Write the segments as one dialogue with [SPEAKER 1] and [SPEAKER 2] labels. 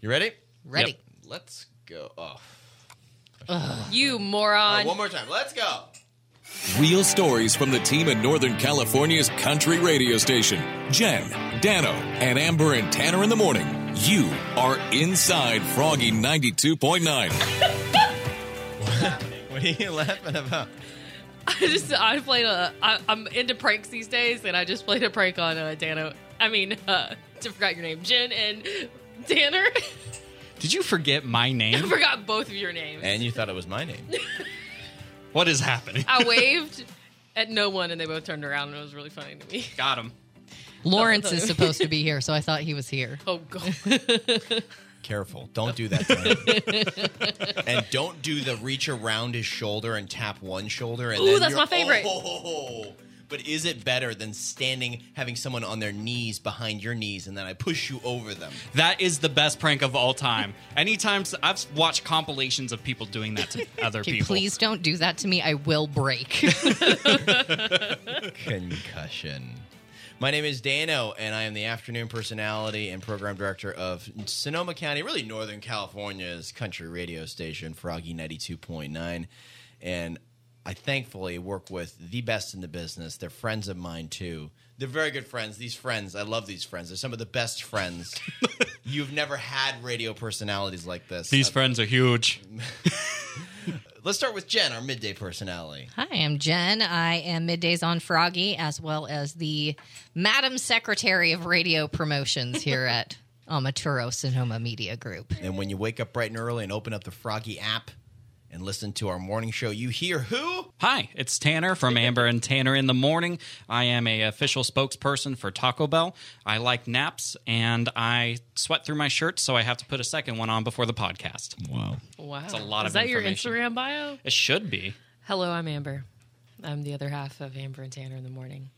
[SPEAKER 1] You ready?
[SPEAKER 2] Ready.
[SPEAKER 3] Yep.
[SPEAKER 1] Let's go. Oh.
[SPEAKER 4] You
[SPEAKER 1] Uh,
[SPEAKER 4] moron.
[SPEAKER 1] one more time. Let's go.
[SPEAKER 5] Real stories from the team at Northern California's country radio station. Jen, Dano, and Amber and Tanner in the morning. You are inside Froggy 92.9.
[SPEAKER 1] What are you laughing about?
[SPEAKER 4] I just I played a I, I'm into pranks these days, and I just played a prank on uh, Dano. I mean, uh, I forgot your name, Jen and Tanner.
[SPEAKER 3] Did you forget my
[SPEAKER 4] I
[SPEAKER 3] name?
[SPEAKER 4] forgot both of your names.
[SPEAKER 1] And you thought it was my name.
[SPEAKER 3] what is happening?
[SPEAKER 4] I waved at no one, and they both turned around, and it was really funny to me.
[SPEAKER 3] Got him.
[SPEAKER 2] Lawrence is supposed to be here, so I thought he was here.
[SPEAKER 4] Oh god.
[SPEAKER 1] Careful. Don't do that. Tanner. and don't do the reach around his shoulder and tap one shoulder. And
[SPEAKER 4] Ooh,
[SPEAKER 1] then
[SPEAKER 4] that's
[SPEAKER 1] you're-
[SPEAKER 4] my favorite.
[SPEAKER 1] Oh, but is it better than standing, having someone on their knees behind your knees, and then I push you over them?
[SPEAKER 3] That is the best prank of all time. Anytime s- I've s- watched compilations of people doing that to other
[SPEAKER 2] Okay,
[SPEAKER 3] people.
[SPEAKER 2] please don't do that to me. I will break.
[SPEAKER 1] Concussion. My name is Dano, and I am the afternoon personality and program director of Sonoma County, really Northern California's country radio station, Froggy 92.9. And I thankfully work with the best in the business. They're friends of mine, too. They're very good friends. These friends, I love these friends. They're some of the best friends. You've never had radio personalities like this.
[SPEAKER 3] These
[SPEAKER 1] Uh,
[SPEAKER 3] friends are huge.
[SPEAKER 1] Let's start with Jen, our midday personality.
[SPEAKER 2] Hi, I'm Jen. I am Middays on Froggy, as well as the Madam Secretary of Radio Promotions here at Amaturo Sonoma Media Group.
[SPEAKER 1] And when you wake up bright and early and open up the Froggy app and listen to our morning show, you hear who?
[SPEAKER 3] Hi, it's Tanner from Amber and Tanner in the Morning. I am a official spokesperson for Taco Bell. I like naps and I sweat through my shirt, so I have to put a second one on before the podcast.
[SPEAKER 1] Wow.
[SPEAKER 4] Wow. That's
[SPEAKER 3] a lot
[SPEAKER 4] Is
[SPEAKER 3] of
[SPEAKER 4] that your
[SPEAKER 3] information.
[SPEAKER 4] Instagram bio?
[SPEAKER 3] It should be.
[SPEAKER 4] Hello, I'm Amber. I'm the other half of Amber and Tanner in the morning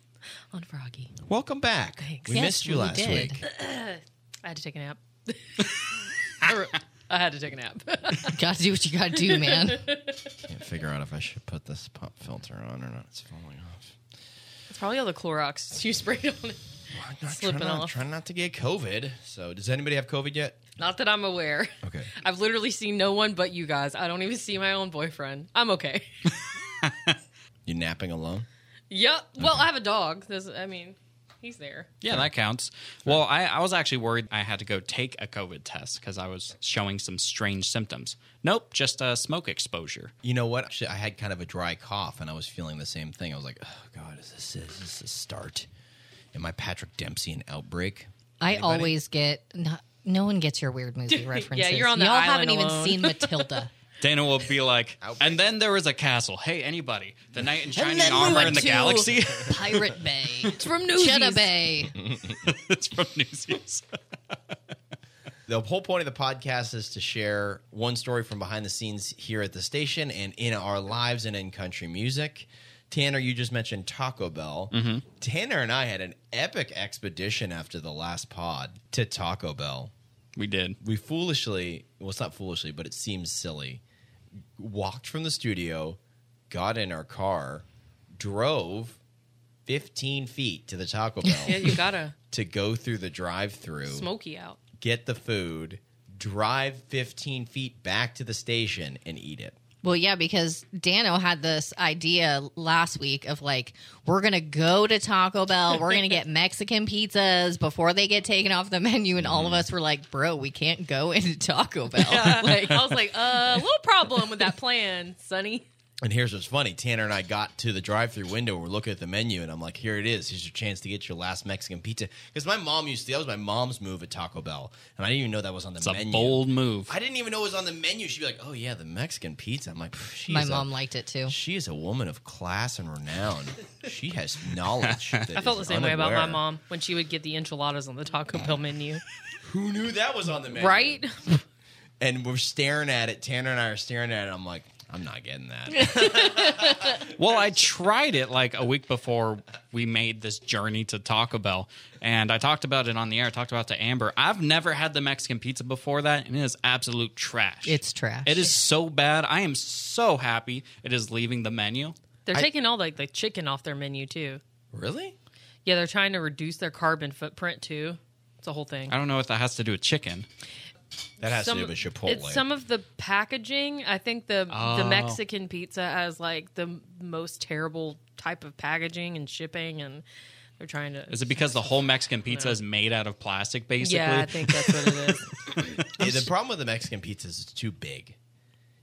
[SPEAKER 4] on Froggy.
[SPEAKER 1] Welcome back.
[SPEAKER 4] Thanks.
[SPEAKER 1] We
[SPEAKER 2] Yes,
[SPEAKER 1] missed you
[SPEAKER 2] we
[SPEAKER 1] last
[SPEAKER 2] did.
[SPEAKER 1] week.
[SPEAKER 4] I had to take a nap. I re- I had to take a nap.
[SPEAKER 2] Gotta do what you gotta do, man.
[SPEAKER 1] Can't figure out if I should put this pop filter on or not. It's falling off.
[SPEAKER 4] it's probably all the Clorox you sprayed on it.
[SPEAKER 1] I'm not
[SPEAKER 4] Slipping
[SPEAKER 1] trying,
[SPEAKER 4] off.
[SPEAKER 1] trying not to get COVID. So, does anybody have COVID yet?
[SPEAKER 4] Not that I'm aware.
[SPEAKER 1] Okay.
[SPEAKER 4] I've literally seen no one but you guys. I don't even see my own boyfriend. I'm okay.
[SPEAKER 1] You napping alone?
[SPEAKER 4] yep. Well, I have a dog. This, I mean, he's there.
[SPEAKER 3] Yeah, that counts. Well, I, I was actually worried I had to go take a COVID test because I was showing some strange symptoms. Nope, just uh, smoke exposure.
[SPEAKER 1] You know what? Shit, I had kind of a dry cough and I was feeling the same thing. I was like, oh, God, is this, is this a start? Am I Patrick Dempsey an outbreak?
[SPEAKER 2] I always get. No, no one gets your weird movie references.
[SPEAKER 4] you're on the
[SPEAKER 2] Y'all
[SPEAKER 4] island
[SPEAKER 2] haven't even
[SPEAKER 4] alone.
[SPEAKER 2] seen Matilda.
[SPEAKER 3] Dana will be like,
[SPEAKER 1] Outbreak.
[SPEAKER 3] and then there was a castle. Hey, anybody, the knight in shining
[SPEAKER 2] then we
[SPEAKER 3] armor
[SPEAKER 2] went
[SPEAKER 3] in the
[SPEAKER 2] to-
[SPEAKER 3] galaxy?
[SPEAKER 2] Pirate Bay.
[SPEAKER 4] It's from Newsies.
[SPEAKER 2] Cheddar Bay.
[SPEAKER 3] it's from New Zealand.
[SPEAKER 1] The whole point of the podcast is to share one story from behind the scenes here at the station and in our lives and in country music. Tanner, you just mentioned Taco Bell. Tanner and I had an epic expedition after the last pod to Taco Bell.
[SPEAKER 3] We did.
[SPEAKER 1] We foolishly, well, it's not foolishly, but it seems silly, walked from the studio, got in our car, drove 15 feet to the Taco
[SPEAKER 4] Yeah,
[SPEAKER 1] Bell
[SPEAKER 4] you gotta
[SPEAKER 1] to go through the drive through
[SPEAKER 4] smoky out.
[SPEAKER 1] get the food, drive 15 feet back to the station, and eat it.
[SPEAKER 2] Well, yeah, because Dano had this idea last week of like, we're going to go to Taco Bell. We're going to get Mexican pizzas before they get taken off the menu. And all
[SPEAKER 3] Mm-hmm.
[SPEAKER 2] of us were like, bro, we can't go into Taco Bell.
[SPEAKER 4] like, I was like, uh, little problem with that plan, Sonny.
[SPEAKER 1] And here's what's funny Tanner and I got to the drive through window. and We're looking at the menu, and I'm like, here it is. Here's your chance to get your last Mexican pizza. Because my mom used to, that was my mom's move at Taco Bell. And I didn't even know that was on the
[SPEAKER 3] It's a
[SPEAKER 1] menu.
[SPEAKER 3] bold move.
[SPEAKER 1] I didn't even know it was on the menu. She'd be like, oh, yeah, the Mexican pizza. I'm like, "Pff, she's
[SPEAKER 2] My
[SPEAKER 1] a-
[SPEAKER 2] mom liked it too.
[SPEAKER 1] She is a woman of class and renown. she has knowledge.
[SPEAKER 4] I felt the same way about my mom when she would get the enchiladas on the Taco Bell menu.
[SPEAKER 1] Who knew that was on the menu?
[SPEAKER 4] Right?
[SPEAKER 1] and we're staring at it. Tanner and I are staring at it. I'm like, I'm not getting that.
[SPEAKER 3] Well, I tried it like a week before we made this journey to Taco Bell, and I talked about it on the air. I talked about it to Amber. I've never had the Mexican pizza before that, and it is absolute trash.
[SPEAKER 2] It's trash.
[SPEAKER 3] It is so bad. I am so happy it is leaving the menu.
[SPEAKER 4] They're taking all like the chicken off their menu too.
[SPEAKER 1] really?
[SPEAKER 4] Yeah, they're trying to reduce their carbon footprint too. It's a whole thing.
[SPEAKER 3] I don't know if that has to do with chicken.
[SPEAKER 1] That has
[SPEAKER 4] Some-
[SPEAKER 1] to do with Chipotle.
[SPEAKER 4] It's some of the packaging. I think the the
[SPEAKER 3] Oh.
[SPEAKER 4] Mexican pizza has like the m- most terrible type of packaging and shipping, and they're trying to.
[SPEAKER 3] Is it because the whole Mexican pizza is made out of plastic, basically?
[SPEAKER 4] yeah, I think that's what it is.
[SPEAKER 1] Yeah, the problem with the Mexican pizza is it's too big.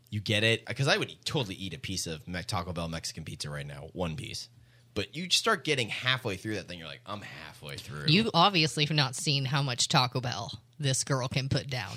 [SPEAKER 1] You get it because I would totally eat a piece of Me- Taco Bell Mexican pizza right now, one piece. But you start getting halfway through that thing, you're like, I'm halfway through.
[SPEAKER 2] You obviously have not seen how much Taco Bell this girl can put down.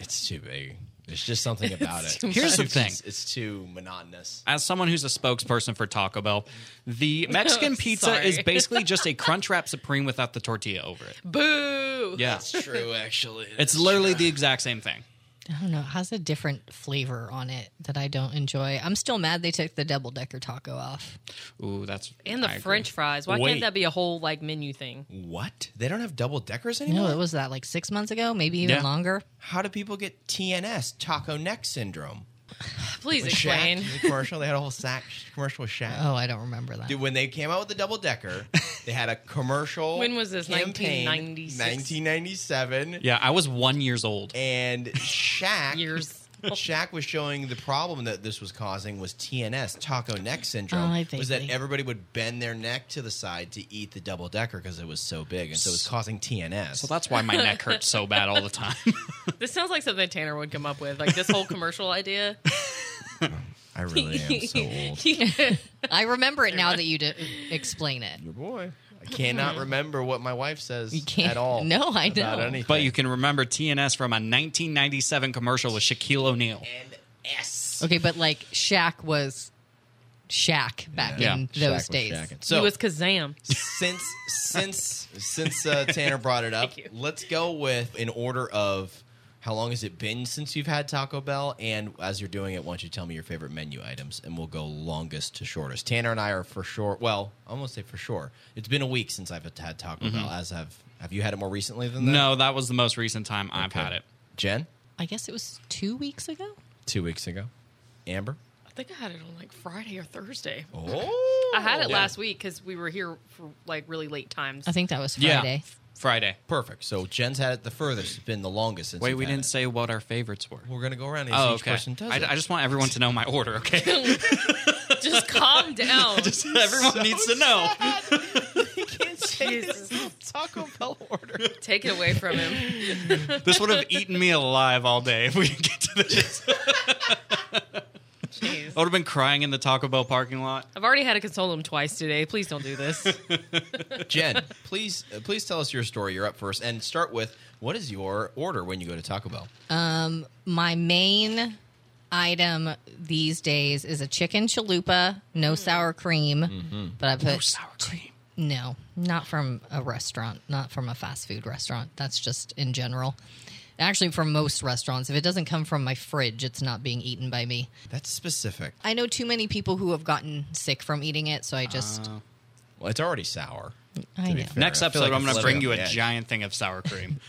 [SPEAKER 1] it's too big. There's just something about it.
[SPEAKER 4] too
[SPEAKER 3] Here's the
[SPEAKER 1] It's-
[SPEAKER 3] thing.
[SPEAKER 1] it's, it's too monotonous.
[SPEAKER 3] as someone who's a spokesperson for Taco Bell, the Mexican pizza
[SPEAKER 4] Sorry.
[SPEAKER 3] is basically just a crunch wrap supreme without the tortilla over it.
[SPEAKER 4] Boo!
[SPEAKER 3] Yeah.
[SPEAKER 1] It's true, actually.
[SPEAKER 3] It's literally the exact same thing.
[SPEAKER 2] I don't know. It has a different flavor on it that I don't enjoy. I'm still mad they took the double decker taco off.
[SPEAKER 3] Ooh, that's
[SPEAKER 4] And the
[SPEAKER 3] I agree.
[SPEAKER 4] French fries. Why
[SPEAKER 3] Wait.
[SPEAKER 4] can't that be a whole like menu thing?
[SPEAKER 1] what? They don't have double deckers anymore.
[SPEAKER 2] No, it was that like six months ago, maybe even
[SPEAKER 3] Yeah.
[SPEAKER 2] longer.
[SPEAKER 1] How do people get TNS, taco neck syndrome?
[SPEAKER 4] Please
[SPEAKER 1] With
[SPEAKER 4] explain.
[SPEAKER 1] Shaq, the commercial. They had a whole sack commercial with Shaq.
[SPEAKER 2] Oh, I don't remember that.
[SPEAKER 1] Dude, when they came out with the double decker, they had a commercial.
[SPEAKER 4] When was this?
[SPEAKER 1] Campaign,
[SPEAKER 4] 1996?
[SPEAKER 1] 1997.
[SPEAKER 3] Yeah, I was one years old.
[SPEAKER 1] And Shaq.
[SPEAKER 4] Years.
[SPEAKER 1] Shaq was showing the problem that this was causing was TNS, taco neck syndrome.
[SPEAKER 2] Oh, I
[SPEAKER 1] was that
[SPEAKER 2] vaguely-
[SPEAKER 1] everybody would bend their neck to the side to eat the double decker because it was so big, and so it was causing TNS.
[SPEAKER 3] So that's why my neck hurts so bad all the time.
[SPEAKER 4] This sounds like something Tanner would come up with. Like this whole commercial idea.
[SPEAKER 1] I really am so old.
[SPEAKER 2] I remember it now that you d- explain it.
[SPEAKER 1] Your boy. I cannot remember what my wife says
[SPEAKER 2] can't-
[SPEAKER 1] at all.
[SPEAKER 2] No, I
[SPEAKER 1] about
[SPEAKER 2] know.
[SPEAKER 1] anything.
[SPEAKER 3] but you can remember TNS from a 1997 commercial with Shaquille O'Neal.
[SPEAKER 1] S.
[SPEAKER 2] Okay, but like Shaq was Shaq back
[SPEAKER 3] Yeah.
[SPEAKER 2] in
[SPEAKER 1] Shaq
[SPEAKER 2] those
[SPEAKER 1] was
[SPEAKER 2] days.
[SPEAKER 1] Shaqin'.
[SPEAKER 4] he
[SPEAKER 1] So
[SPEAKER 4] was Kazam.
[SPEAKER 1] since since since uh, Tanner brought it up,
[SPEAKER 4] Thank you.
[SPEAKER 1] let's go with an order of how long has it been since you've had Taco Bell, and as you're doing it, why don't you tell me your favorite menu items, and we'll go longest to shortest. Tanner and I are for sure. Well, I'm gonna say for sure. It's been a week since I've had Taco
[SPEAKER 4] Mm-hmm.
[SPEAKER 1] Bell. As have have you had it more recently than that?
[SPEAKER 3] No, that was the most recent time I've
[SPEAKER 1] Okay.
[SPEAKER 3] had it.
[SPEAKER 1] Jen,
[SPEAKER 2] I guess it was two weeks ago.
[SPEAKER 1] two weeks ago. Amber,
[SPEAKER 4] I think I had it on like Friday or Thursday.
[SPEAKER 1] oh,
[SPEAKER 4] I had it last week because we were here for like really late times.
[SPEAKER 2] I think that was
[SPEAKER 3] Yeah.
[SPEAKER 2] Friday.
[SPEAKER 3] Friday.
[SPEAKER 1] Perfect. So Jen's had it the furthest. It's been the longest since.
[SPEAKER 3] Wait,
[SPEAKER 1] you've
[SPEAKER 3] we
[SPEAKER 1] had
[SPEAKER 3] didn't
[SPEAKER 1] it.
[SPEAKER 3] say what our favorites were.
[SPEAKER 1] We're gonna go around and
[SPEAKER 3] Oh,
[SPEAKER 1] each
[SPEAKER 3] okay.
[SPEAKER 1] person does
[SPEAKER 3] I,
[SPEAKER 1] it.
[SPEAKER 3] I just want everyone to know my order, okay?
[SPEAKER 4] Just calm down.
[SPEAKER 3] Just- everyone needs to know.
[SPEAKER 1] can't say
[SPEAKER 4] Jesus.
[SPEAKER 1] Taco Bell order.
[SPEAKER 4] Take it away from him.
[SPEAKER 3] This would have eaten me alive all day if we could get to this.
[SPEAKER 4] Jeez.
[SPEAKER 3] I would have been crying in the Taco Bell parking lot.
[SPEAKER 4] I've already had to console him twice today. Please don't do this.
[SPEAKER 1] Jen, please, uh, please tell us your story. You're up first, and start with what is your order when you go to Taco Bell?
[SPEAKER 2] My main item these days is a chicken chalupa, no sour cream, but I put Mm. no sour cream. No, not from a restaurant, not from a fast food restaurant. That's just in general. Actually, from most restaurants, if it doesn't come from my fridge, it's not being eaten by me.
[SPEAKER 1] That's specific.
[SPEAKER 2] I know too many people who have gotten sick from eating it, so I just
[SPEAKER 1] Oh, Well, it's already sour.
[SPEAKER 2] I
[SPEAKER 1] to be
[SPEAKER 2] know.
[SPEAKER 1] fair.
[SPEAKER 3] Next
[SPEAKER 1] I feel
[SPEAKER 3] episode,
[SPEAKER 1] like
[SPEAKER 3] I'm
[SPEAKER 1] it's
[SPEAKER 3] going to
[SPEAKER 1] living
[SPEAKER 3] bring you
[SPEAKER 1] on
[SPEAKER 3] a
[SPEAKER 1] the edge.
[SPEAKER 3] giant thing of sour cream.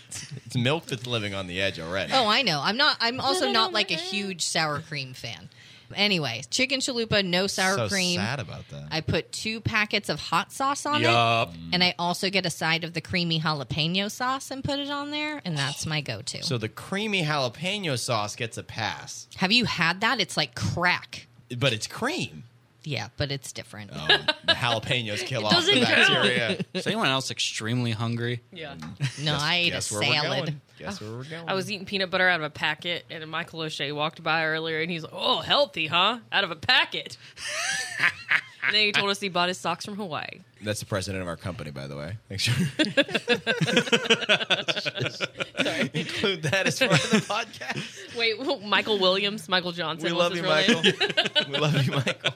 [SPEAKER 1] It's milk that's living on the edge already.
[SPEAKER 2] Oh, I know. I'm not. I'm also not like a huge sour cream fan. Anyway, chicken chalupa, no sour
[SPEAKER 1] so
[SPEAKER 2] cream.
[SPEAKER 1] sad about that.
[SPEAKER 2] I put two packets of hot sauce on
[SPEAKER 3] Yup.
[SPEAKER 2] it, and I also get a side of the creamy jalapeno sauce and put it on there, and that's my go-to.
[SPEAKER 1] so the creamy jalapeno sauce gets a pass,
[SPEAKER 2] Have you had that? It's like crack.
[SPEAKER 1] but it's cream.
[SPEAKER 2] Yeah, but it's different.
[SPEAKER 1] Um, the jalapenos kill off the
[SPEAKER 4] doesn't count.
[SPEAKER 1] bacteria.
[SPEAKER 3] Is anyone else extremely hungry?
[SPEAKER 4] Yeah.
[SPEAKER 2] no, I ate a
[SPEAKER 1] Guess where we're
[SPEAKER 2] salad. Oh,
[SPEAKER 1] going. Guess where we're going.
[SPEAKER 4] I was eating peanut butter out of a packet, and Michael O'Shea walked by earlier, and he's like, "Oh, healthy, huh? Out of a packet." and then he told us he bought his socks from Hawaii.
[SPEAKER 1] That's the president of our company, by the way. Make sure include that as part of the podcast.
[SPEAKER 4] Wait, well, Michael Williams, Michael Johnson.
[SPEAKER 1] We
[SPEAKER 4] what's
[SPEAKER 1] love
[SPEAKER 4] his
[SPEAKER 1] you,
[SPEAKER 4] real name?
[SPEAKER 1] Michael. we love you, Michael.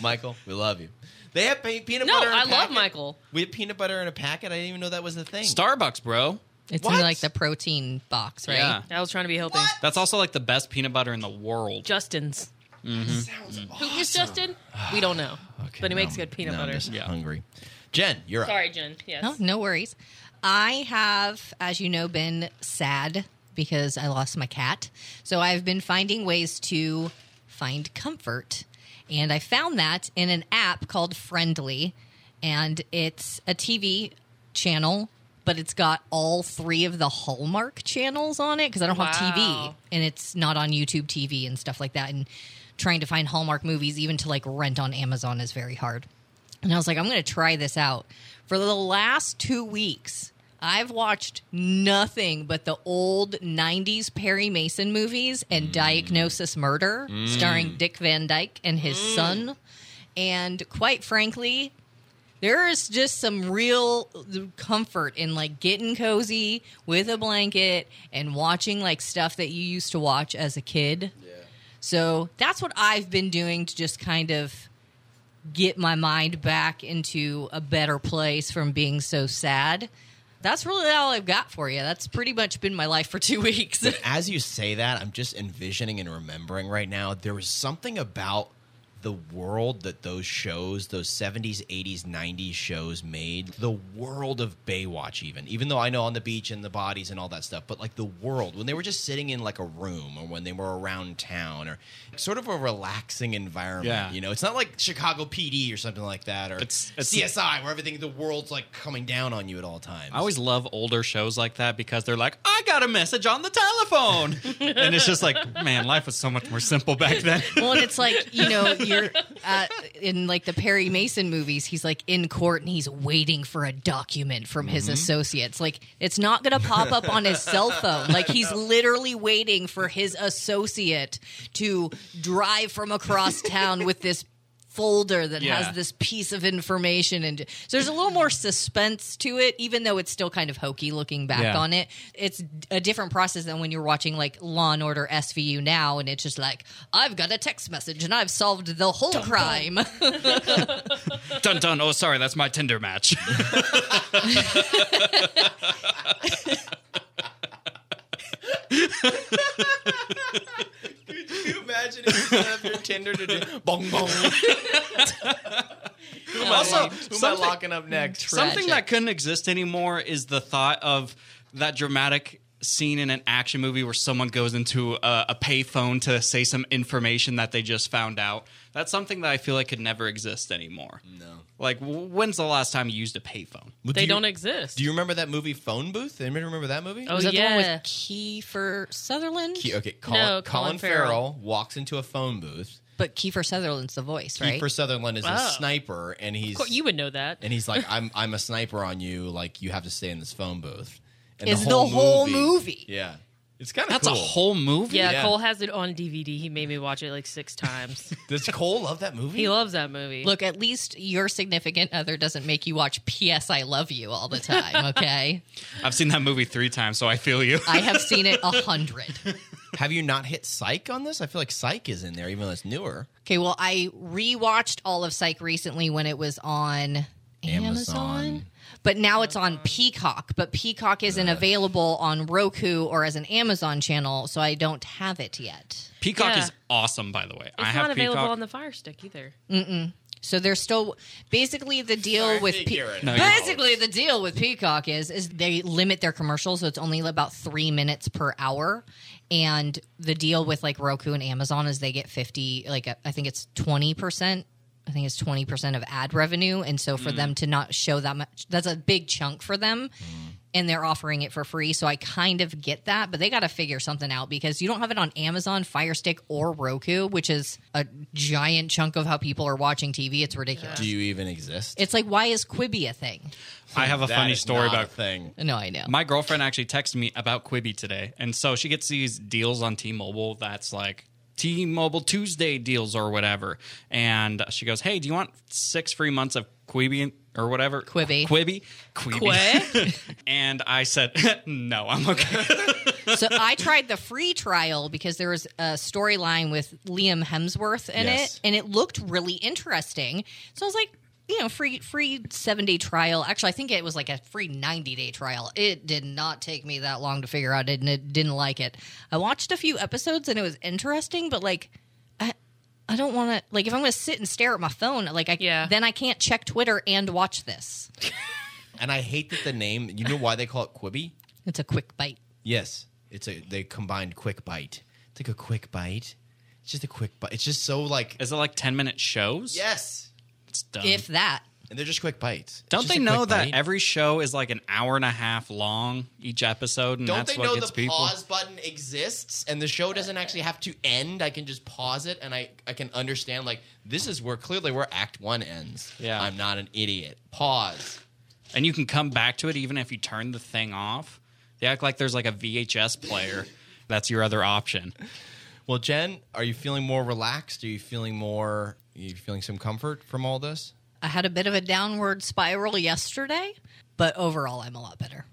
[SPEAKER 1] Michael, we love you. They have pe- peanut
[SPEAKER 4] No,
[SPEAKER 1] butter. In a
[SPEAKER 4] I love
[SPEAKER 1] packet.
[SPEAKER 4] Michael.
[SPEAKER 1] We had peanut butter in a packet. I didn't even know that was a thing.
[SPEAKER 3] Starbucks, bro.
[SPEAKER 2] It's
[SPEAKER 1] What?
[SPEAKER 2] in like the protein box, right?
[SPEAKER 3] Yeah.
[SPEAKER 4] I was trying to be healthy.
[SPEAKER 3] That's also like the best peanut butter in the world.
[SPEAKER 4] Justin's.
[SPEAKER 1] Sounds
[SPEAKER 4] Who is Justin? We don't know,
[SPEAKER 1] Mm-hmm. Okay,
[SPEAKER 4] but he
[SPEAKER 1] now
[SPEAKER 4] makes
[SPEAKER 1] I'm-
[SPEAKER 4] good peanut
[SPEAKER 1] now I'm
[SPEAKER 4] butter.
[SPEAKER 1] just Hungry. Jen, you're
[SPEAKER 4] Sorry, Jen. Yes.
[SPEAKER 2] No, no worries. I have, as you know, been sad because I lost my cat. So I've been finding ways to find comfort. And I found that in an app called Friendly. And it's a TV channel but it's got all three of the Hallmark channels on it because I don't have TV
[SPEAKER 4] Wow.
[SPEAKER 2] and it's not on YouTube TV and stuff like that. And trying to find Hallmark movies, even to like rent on Amazon, is very hard. And I was like, I'm going to try this out. For the last two weeks, I've watched nothing but the old 90s Perry Mason movies and Diagnosis Murder, starring Dick Van Dyke and his son. And quite frankly, there is just some real comfort in like getting cozy with a blanket and watching like stuff that you used to watch as a kid. So that's what I've been doing to just kind of get my mind back into a better place from being so sad. That's really all I've got for you. That's pretty much been my life for two weeks.
[SPEAKER 1] As you say that, I'm just envisioning and remembering right now there was something about the world that those shows, those 70s, 80s, 90s shows made, the world of Baywatch, even, even though I know on the beach and the bodies and all that stuff, but like the world, when they were just sitting in like a room or when they were around town or sort of a relaxing environment,
[SPEAKER 3] Yeah.
[SPEAKER 1] you know, it's not like Chicago PD or something like that or
[SPEAKER 3] It's- it's-
[SPEAKER 1] CSI where everything, the world's like coming down on you at all times.
[SPEAKER 3] I always love older shows like that because they're like, I got a message on the telephone. and it's just like, man, life was so much more simple back then.
[SPEAKER 2] well, and it's like you know, you're uh, in like the Perry Mason movies. He's like in court and he's waiting for a document from his associates. Like it's not going to pop up on his cell phone. Like he's literally waiting for his associate to drive from across town with this folder that
[SPEAKER 3] Yeah.
[SPEAKER 2] has this piece of information and so there's a little more suspense to it even though it's still kind of hokey looking back
[SPEAKER 3] Yeah.
[SPEAKER 2] on it it's a different process than when you're watching like law and order svu now and it's just like i've got a text message and i've solved the whole crime
[SPEAKER 3] dun dun. Oh, sorry, that's my Tinder match.
[SPEAKER 1] Can you imagine if you set up your Tinder to do bong bong? who am I,
[SPEAKER 3] Also,
[SPEAKER 1] lo- who am I
[SPEAKER 3] something-
[SPEAKER 1] locking up next?
[SPEAKER 3] Something that couldn't exist anymore is the thought of that dramatic scene in an action movie where someone goes into a, a payphone to say some information that they just found out. That's something that I feel like could never exist anymore. No. Like, w- when's the last time you used a payphone?
[SPEAKER 1] Well, do
[SPEAKER 4] They
[SPEAKER 1] you-
[SPEAKER 4] don't exist.
[SPEAKER 1] Do you remember that movie Phone Booth? Anybody remember that movie?
[SPEAKER 4] Oh,
[SPEAKER 2] was that the one
[SPEAKER 4] yeah.
[SPEAKER 2] with Kiefer Sutherland?
[SPEAKER 1] Ke- okay, Colin,
[SPEAKER 4] No,
[SPEAKER 1] Colin
[SPEAKER 4] Colin
[SPEAKER 1] Farrell.
[SPEAKER 4] Farrell.
[SPEAKER 1] walks into a phone booth.
[SPEAKER 2] but Kiefer Sutherland's the voice, right?
[SPEAKER 1] Kiefer Sutherland is a
[SPEAKER 4] Oh.
[SPEAKER 1] sniper, and he's
[SPEAKER 4] Of course, you would know that.
[SPEAKER 1] and he's like, "I'm I'm a sniper on you. Like you have to stay in this phone booth." And
[SPEAKER 2] Is the whole movie.
[SPEAKER 1] Yeah, it's kind of
[SPEAKER 3] That's
[SPEAKER 1] cool.
[SPEAKER 3] a whole movie?
[SPEAKER 4] yeah,
[SPEAKER 1] Yeah.
[SPEAKER 4] Cole has it on DVD. He made me watch it like six times.
[SPEAKER 1] Does Cole love that movie?
[SPEAKER 4] he loves that movie.
[SPEAKER 2] Look, at least your significant other doesn't make you watch PS I Love You all the time, okay?
[SPEAKER 3] I've seen that movie three times, so I feel you.
[SPEAKER 2] I have seen it a hundred.
[SPEAKER 1] have you not hit Psych on this? I feel like Psych is in there, even though it's newer.
[SPEAKER 2] Okay, well, I rewatched all of Psych recently when it was on Amazon.
[SPEAKER 1] Amazon.
[SPEAKER 2] But now it's on Peacock, but Peacock isn't available on Roku or as an Amazon channel, so I don't have it yet.
[SPEAKER 3] Peacock
[SPEAKER 4] Yeah.
[SPEAKER 3] is awesome, by the way. I
[SPEAKER 4] it's
[SPEAKER 3] have
[SPEAKER 4] not available
[SPEAKER 3] Peacock.
[SPEAKER 4] on the Fire Stick either.
[SPEAKER 2] So they're still basically the deal with
[SPEAKER 1] Hey,
[SPEAKER 2] Pe-
[SPEAKER 1] Garrett.
[SPEAKER 3] No, you're
[SPEAKER 2] basically the deal with Peacock is is they limit their commercials, so it's only about three minutes per hour. And the deal with like Roku and Amazon is they get fifty, like I think it's twenty percent. I think it's twenty percent of ad revenue, and so for them to not show that much, that's a big chunk for them. And they're offering it for free, so I kind of get that, but they got to figure something out because you don't have it on Amazon, Fire Stick, or Roku, which is a giant chunk of how people are watching TV. It's ridiculous.
[SPEAKER 1] Do you even exist?
[SPEAKER 2] Uh, It's like, why is Quibi a thing?
[SPEAKER 3] I have a
[SPEAKER 1] That
[SPEAKER 3] funny
[SPEAKER 1] is
[SPEAKER 3] story
[SPEAKER 1] not a
[SPEAKER 3] about
[SPEAKER 1] thing.
[SPEAKER 2] No, I know.
[SPEAKER 3] My girlfriend actually texted me about Quibi today, and so she gets these deals on T-Mobile that's like T-Mobile Tuesday deals or whatever. And she goes, "Hey, do you want six free months of Quibi or whatever?
[SPEAKER 2] Quibi.
[SPEAKER 3] Quibi, Quibi." and I said, "No, I'm okay."
[SPEAKER 2] so I tried the free trial because there was a storyline with Liam Hemsworth in
[SPEAKER 1] Yes.
[SPEAKER 2] it, and it looked really interesting. So I was like, you know, free free seven day trial. Actually, I think it was like a free ninety day trial. It did not take me that long to figure out, it, and it didn't like it. I watched a few episodes, and it was interesting, but like. I I don't want to like if I'm going to sit and stare at my phone like I
[SPEAKER 4] Yeah.
[SPEAKER 2] then I can't check Twitter and watch this.
[SPEAKER 1] And I hate that the name. You know why they call it Quibi?
[SPEAKER 2] It's a quick bite.
[SPEAKER 1] Yes, it's a they combined quick bite. It's like a quick bite. It's just a quick bite. It's just so like
[SPEAKER 3] Is it like ten minute shows?
[SPEAKER 1] yes.
[SPEAKER 3] it's dumb.
[SPEAKER 2] If that
[SPEAKER 1] and they're just quick bites. It's
[SPEAKER 3] Don't
[SPEAKER 1] just
[SPEAKER 3] they
[SPEAKER 1] a
[SPEAKER 3] know
[SPEAKER 1] quick
[SPEAKER 3] that
[SPEAKER 1] bite.
[SPEAKER 3] every show is like an hour and a half long each episode, and
[SPEAKER 1] Don't
[SPEAKER 3] that's
[SPEAKER 1] they
[SPEAKER 3] what
[SPEAKER 1] know
[SPEAKER 3] gets
[SPEAKER 1] the
[SPEAKER 3] people?
[SPEAKER 1] pause button exists and the show doesn't actually have to end? I can just pause it and I, I can understand like this is where clearly where act one ends.
[SPEAKER 3] Yeah.
[SPEAKER 1] I'm not an idiot. Pause.
[SPEAKER 3] And you can come back to it even if you turn the thing off. They act like there's like a VHS player. that's your other option.
[SPEAKER 1] Well, Jen, are you feeling more relaxed? Are you feeling more are you feeling some comfort from all this?
[SPEAKER 2] I had a bit of a downward spiral yesterday, but overall, I'm a lot better.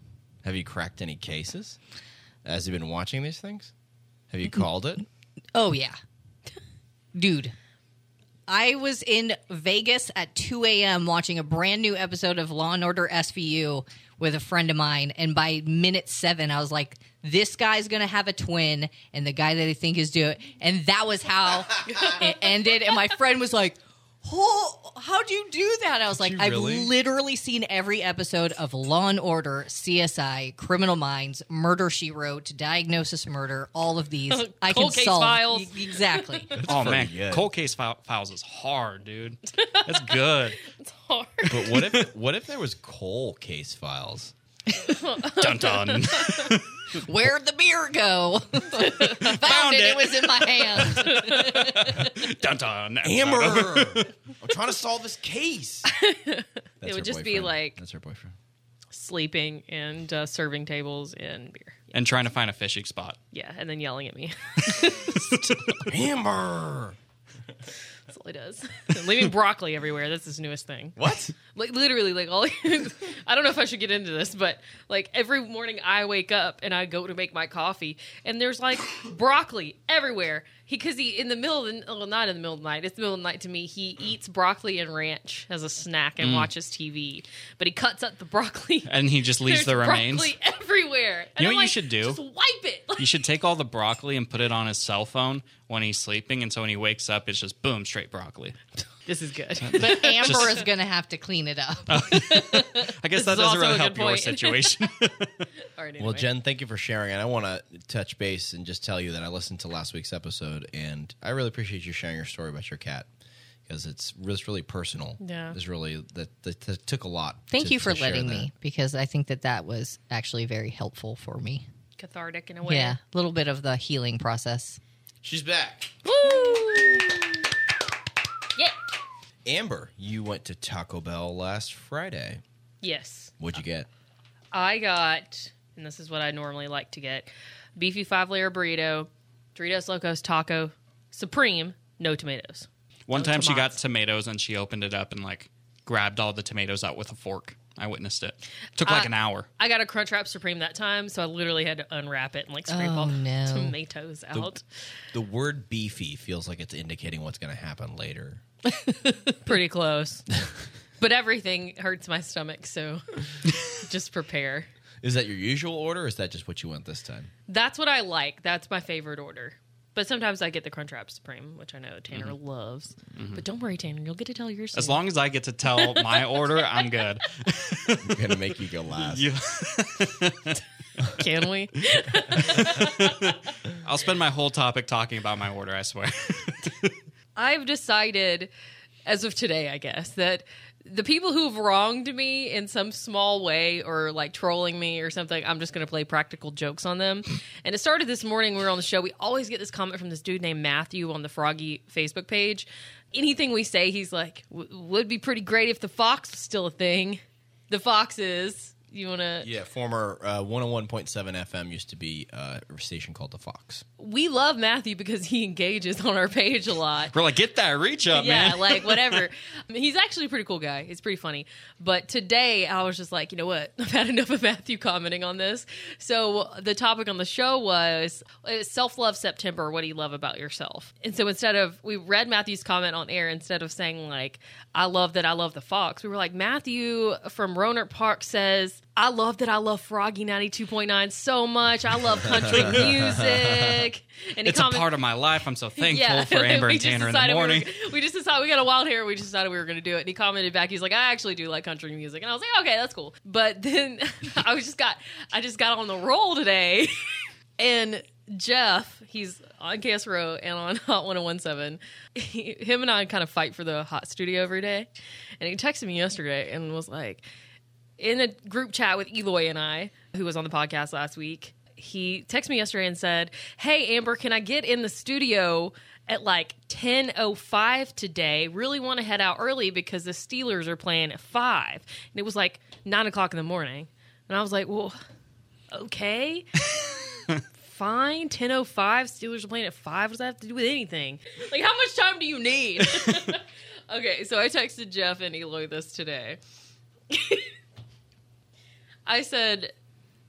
[SPEAKER 1] Have you cracked any cases? As you've been watching these things? Have you called it?
[SPEAKER 2] Oh, yeah. Dude, I was in Vegas at 2 a.m. watching a brand new episode of Law and Order SVU with a friend of mine. And by minute seven, I was like, this guy's going to have a twin, and the guy that they think is doing. And that was how it ended. And my friend was like, Oh, how'd you do that? I was like,
[SPEAKER 1] you
[SPEAKER 2] I've
[SPEAKER 1] really?"
[SPEAKER 2] literally seen every episode of Law and Order, CSI, Criminal Minds, Murder She Wrote, Diagnosis Murder, all of these. I can
[SPEAKER 4] Cold case
[SPEAKER 2] solve
[SPEAKER 4] files.
[SPEAKER 2] E- exactly.
[SPEAKER 3] oh
[SPEAKER 1] pretty
[SPEAKER 3] man,
[SPEAKER 1] good.
[SPEAKER 3] cold case fi- files is hard, dude. That's good.
[SPEAKER 4] It's hard.
[SPEAKER 1] But what if what if there was coal case files?
[SPEAKER 3] dun dun.
[SPEAKER 2] Where'd the beer go? Found, it.
[SPEAKER 3] it.
[SPEAKER 2] It was in my hand.
[SPEAKER 3] dun dun.
[SPEAKER 1] Amber, I'm trying to solve this case.
[SPEAKER 4] It would just be like-
[SPEAKER 1] that's her boyfriend.
[SPEAKER 4] Sleeping and uh, serving tables and beer.
[SPEAKER 3] And trying to find a fishing spot.
[SPEAKER 4] Yeah, and then yelling at me.
[SPEAKER 1] Amber,
[SPEAKER 4] That's all he does. Leaving broccoli everywhere. That's his newest thing.
[SPEAKER 1] what?
[SPEAKER 4] like literally like all i don't know if i should get into this but like every morning i wake up and i go to make my coffee and there's like broccoli everywhere he because he in the middle of the well not in the middle of the night it's the middle of the night to me he eats broccoli and ranch as a snack and watches tv but he cuts up the broccoli
[SPEAKER 3] Mm. And he just
[SPEAKER 4] there's
[SPEAKER 3] leaves the remains.
[SPEAKER 4] broccoli everywhere And
[SPEAKER 3] You know
[SPEAKER 4] I'm
[SPEAKER 3] what you
[SPEAKER 4] like,
[SPEAKER 3] should do?
[SPEAKER 4] just wipe it
[SPEAKER 3] You should take all the broccoli and put it on his cell phone when he's sleeping, and so when he wakes up, it's just boom, straight broccoli.
[SPEAKER 4] this is good
[SPEAKER 2] But Amber
[SPEAKER 3] Just-
[SPEAKER 2] is going to have to clean it up.
[SPEAKER 3] I guess
[SPEAKER 4] This
[SPEAKER 3] that
[SPEAKER 4] is
[SPEAKER 3] doesn't
[SPEAKER 4] also
[SPEAKER 3] really
[SPEAKER 4] a
[SPEAKER 3] help
[SPEAKER 4] good
[SPEAKER 3] your
[SPEAKER 4] point.
[SPEAKER 3] situation.
[SPEAKER 4] All right,
[SPEAKER 1] Well,
[SPEAKER 4] anyway.
[SPEAKER 1] Jen, thank you for sharing. And I want to touch base and just tell you that I listened to last week's episode, and I really appreciate you sharing your story about your cat because it's, it's really personal.
[SPEAKER 4] Yeah.
[SPEAKER 1] it's really that, that, that took a lot.
[SPEAKER 2] Thank
[SPEAKER 1] to-
[SPEAKER 2] you for
[SPEAKER 1] to share
[SPEAKER 2] letting
[SPEAKER 1] that.
[SPEAKER 2] me because I think that that was actually very helpful for me.
[SPEAKER 4] cathartic in a way
[SPEAKER 2] Yeah, a little bit of the healing process.
[SPEAKER 1] She's back.
[SPEAKER 4] Woo! yeah
[SPEAKER 1] Amber, you went to Taco Bell last Friday.
[SPEAKER 4] yes
[SPEAKER 1] What'd you get?
[SPEAKER 4] I got, and this is what I normally like to get: beefy five layer burrito, Doritos Locos taco, supreme, no tomatoes.
[SPEAKER 3] One time she got
[SPEAKER 4] Oh, tomatoes.
[SPEAKER 3] tomatoes and she opened it up and like grabbed all the tomatoes out with a fork. I witnessed it. Took like
[SPEAKER 4] I-
[SPEAKER 3] an hour.
[SPEAKER 4] I got a Crunchwrap Supreme that time, so I literally had to unwrap it and like scrape
[SPEAKER 2] Oh,
[SPEAKER 4] all the
[SPEAKER 2] no.
[SPEAKER 4] tomatoes out.
[SPEAKER 1] The word beefy feels like it's indicating what's going to happen later.
[SPEAKER 4] Pretty close, but everything hurts my stomach, so just prepare.
[SPEAKER 1] Is that your usual order, or is that just what you went this time?
[SPEAKER 4] That's what I like. That's my favorite order. But sometimes I get the Crunchwrap Supreme, which I know Tanner loves. But don't worry, Tanner, you'll get to tell yours.
[SPEAKER 3] As
[SPEAKER 4] soon.
[SPEAKER 3] long as I get to tell my order, I'm good.
[SPEAKER 1] We're going to make you go last.
[SPEAKER 3] You-
[SPEAKER 4] can we?
[SPEAKER 3] I'll spend my whole topic talking about my order, I swear.
[SPEAKER 4] I've decided, as of today, I guess, that the people who've wronged me in some small way or like trolling me or something, I'm just going to play practical jokes on them. And it started this morning. when We were on the show. We always get this comment from this dude named Matthew on the Froggy Facebook page. Anything we say, he's like, "W- would be pretty great if the fox was still a thing. The fox is. You want to.
[SPEAKER 1] Yeah, former uh, 101.7 FM used to be uh, a station called The Fox.
[SPEAKER 4] We love Matthew because he engages on our page a lot.
[SPEAKER 3] We're like, get that reach up,
[SPEAKER 4] yeah,
[SPEAKER 3] man.
[SPEAKER 4] like whatever. I mean, he's actually a pretty cool guy. He's pretty funny. But today I was just like, you know what? I've had enough of Matthew commenting on this. So the topic on the show was self love September. What do you love about yourself? And so instead of we read Matthew's comment on air, instead of saying like, I love that I love the fox, we were like, Matthew from Roanert Park says, I love that I love Froggy ninety two point nine so much. I love country music. And he
[SPEAKER 3] it's a
[SPEAKER 4] commented-
[SPEAKER 3] part of my life. I'm so thankful for
[SPEAKER 4] and
[SPEAKER 3] Amber
[SPEAKER 4] we
[SPEAKER 3] and
[SPEAKER 4] just
[SPEAKER 3] Tanner in the
[SPEAKER 4] decided we were-
[SPEAKER 3] morning.
[SPEAKER 4] We, just decided we got a wild hair. We just decided we were going to do it. And he commented back. He's like, I actually do like country music, and I was like, okay, that's cool. But then I was just got I just got on the roll today, and Jeff, he's on KS Row and on Hot 1017. He, him and I kind of fight for the hot studio every day. And he texted me yesterday and was like, in a group chat with Eloy and I, who was on the podcast last week, he texted me yesterday and said, "Hey Amber, can I get in the studio at like 10:05 today? Really want to head out early because the Steelers are playing at five, and it was like nine o'clock in the morning." And I was like, "Well, okay." Fine, ten oh five. Steelers are playing at five. What does that have to do with anything? Like, how much time do you need? okay, so I texted Jeff and Eloy this today. I said,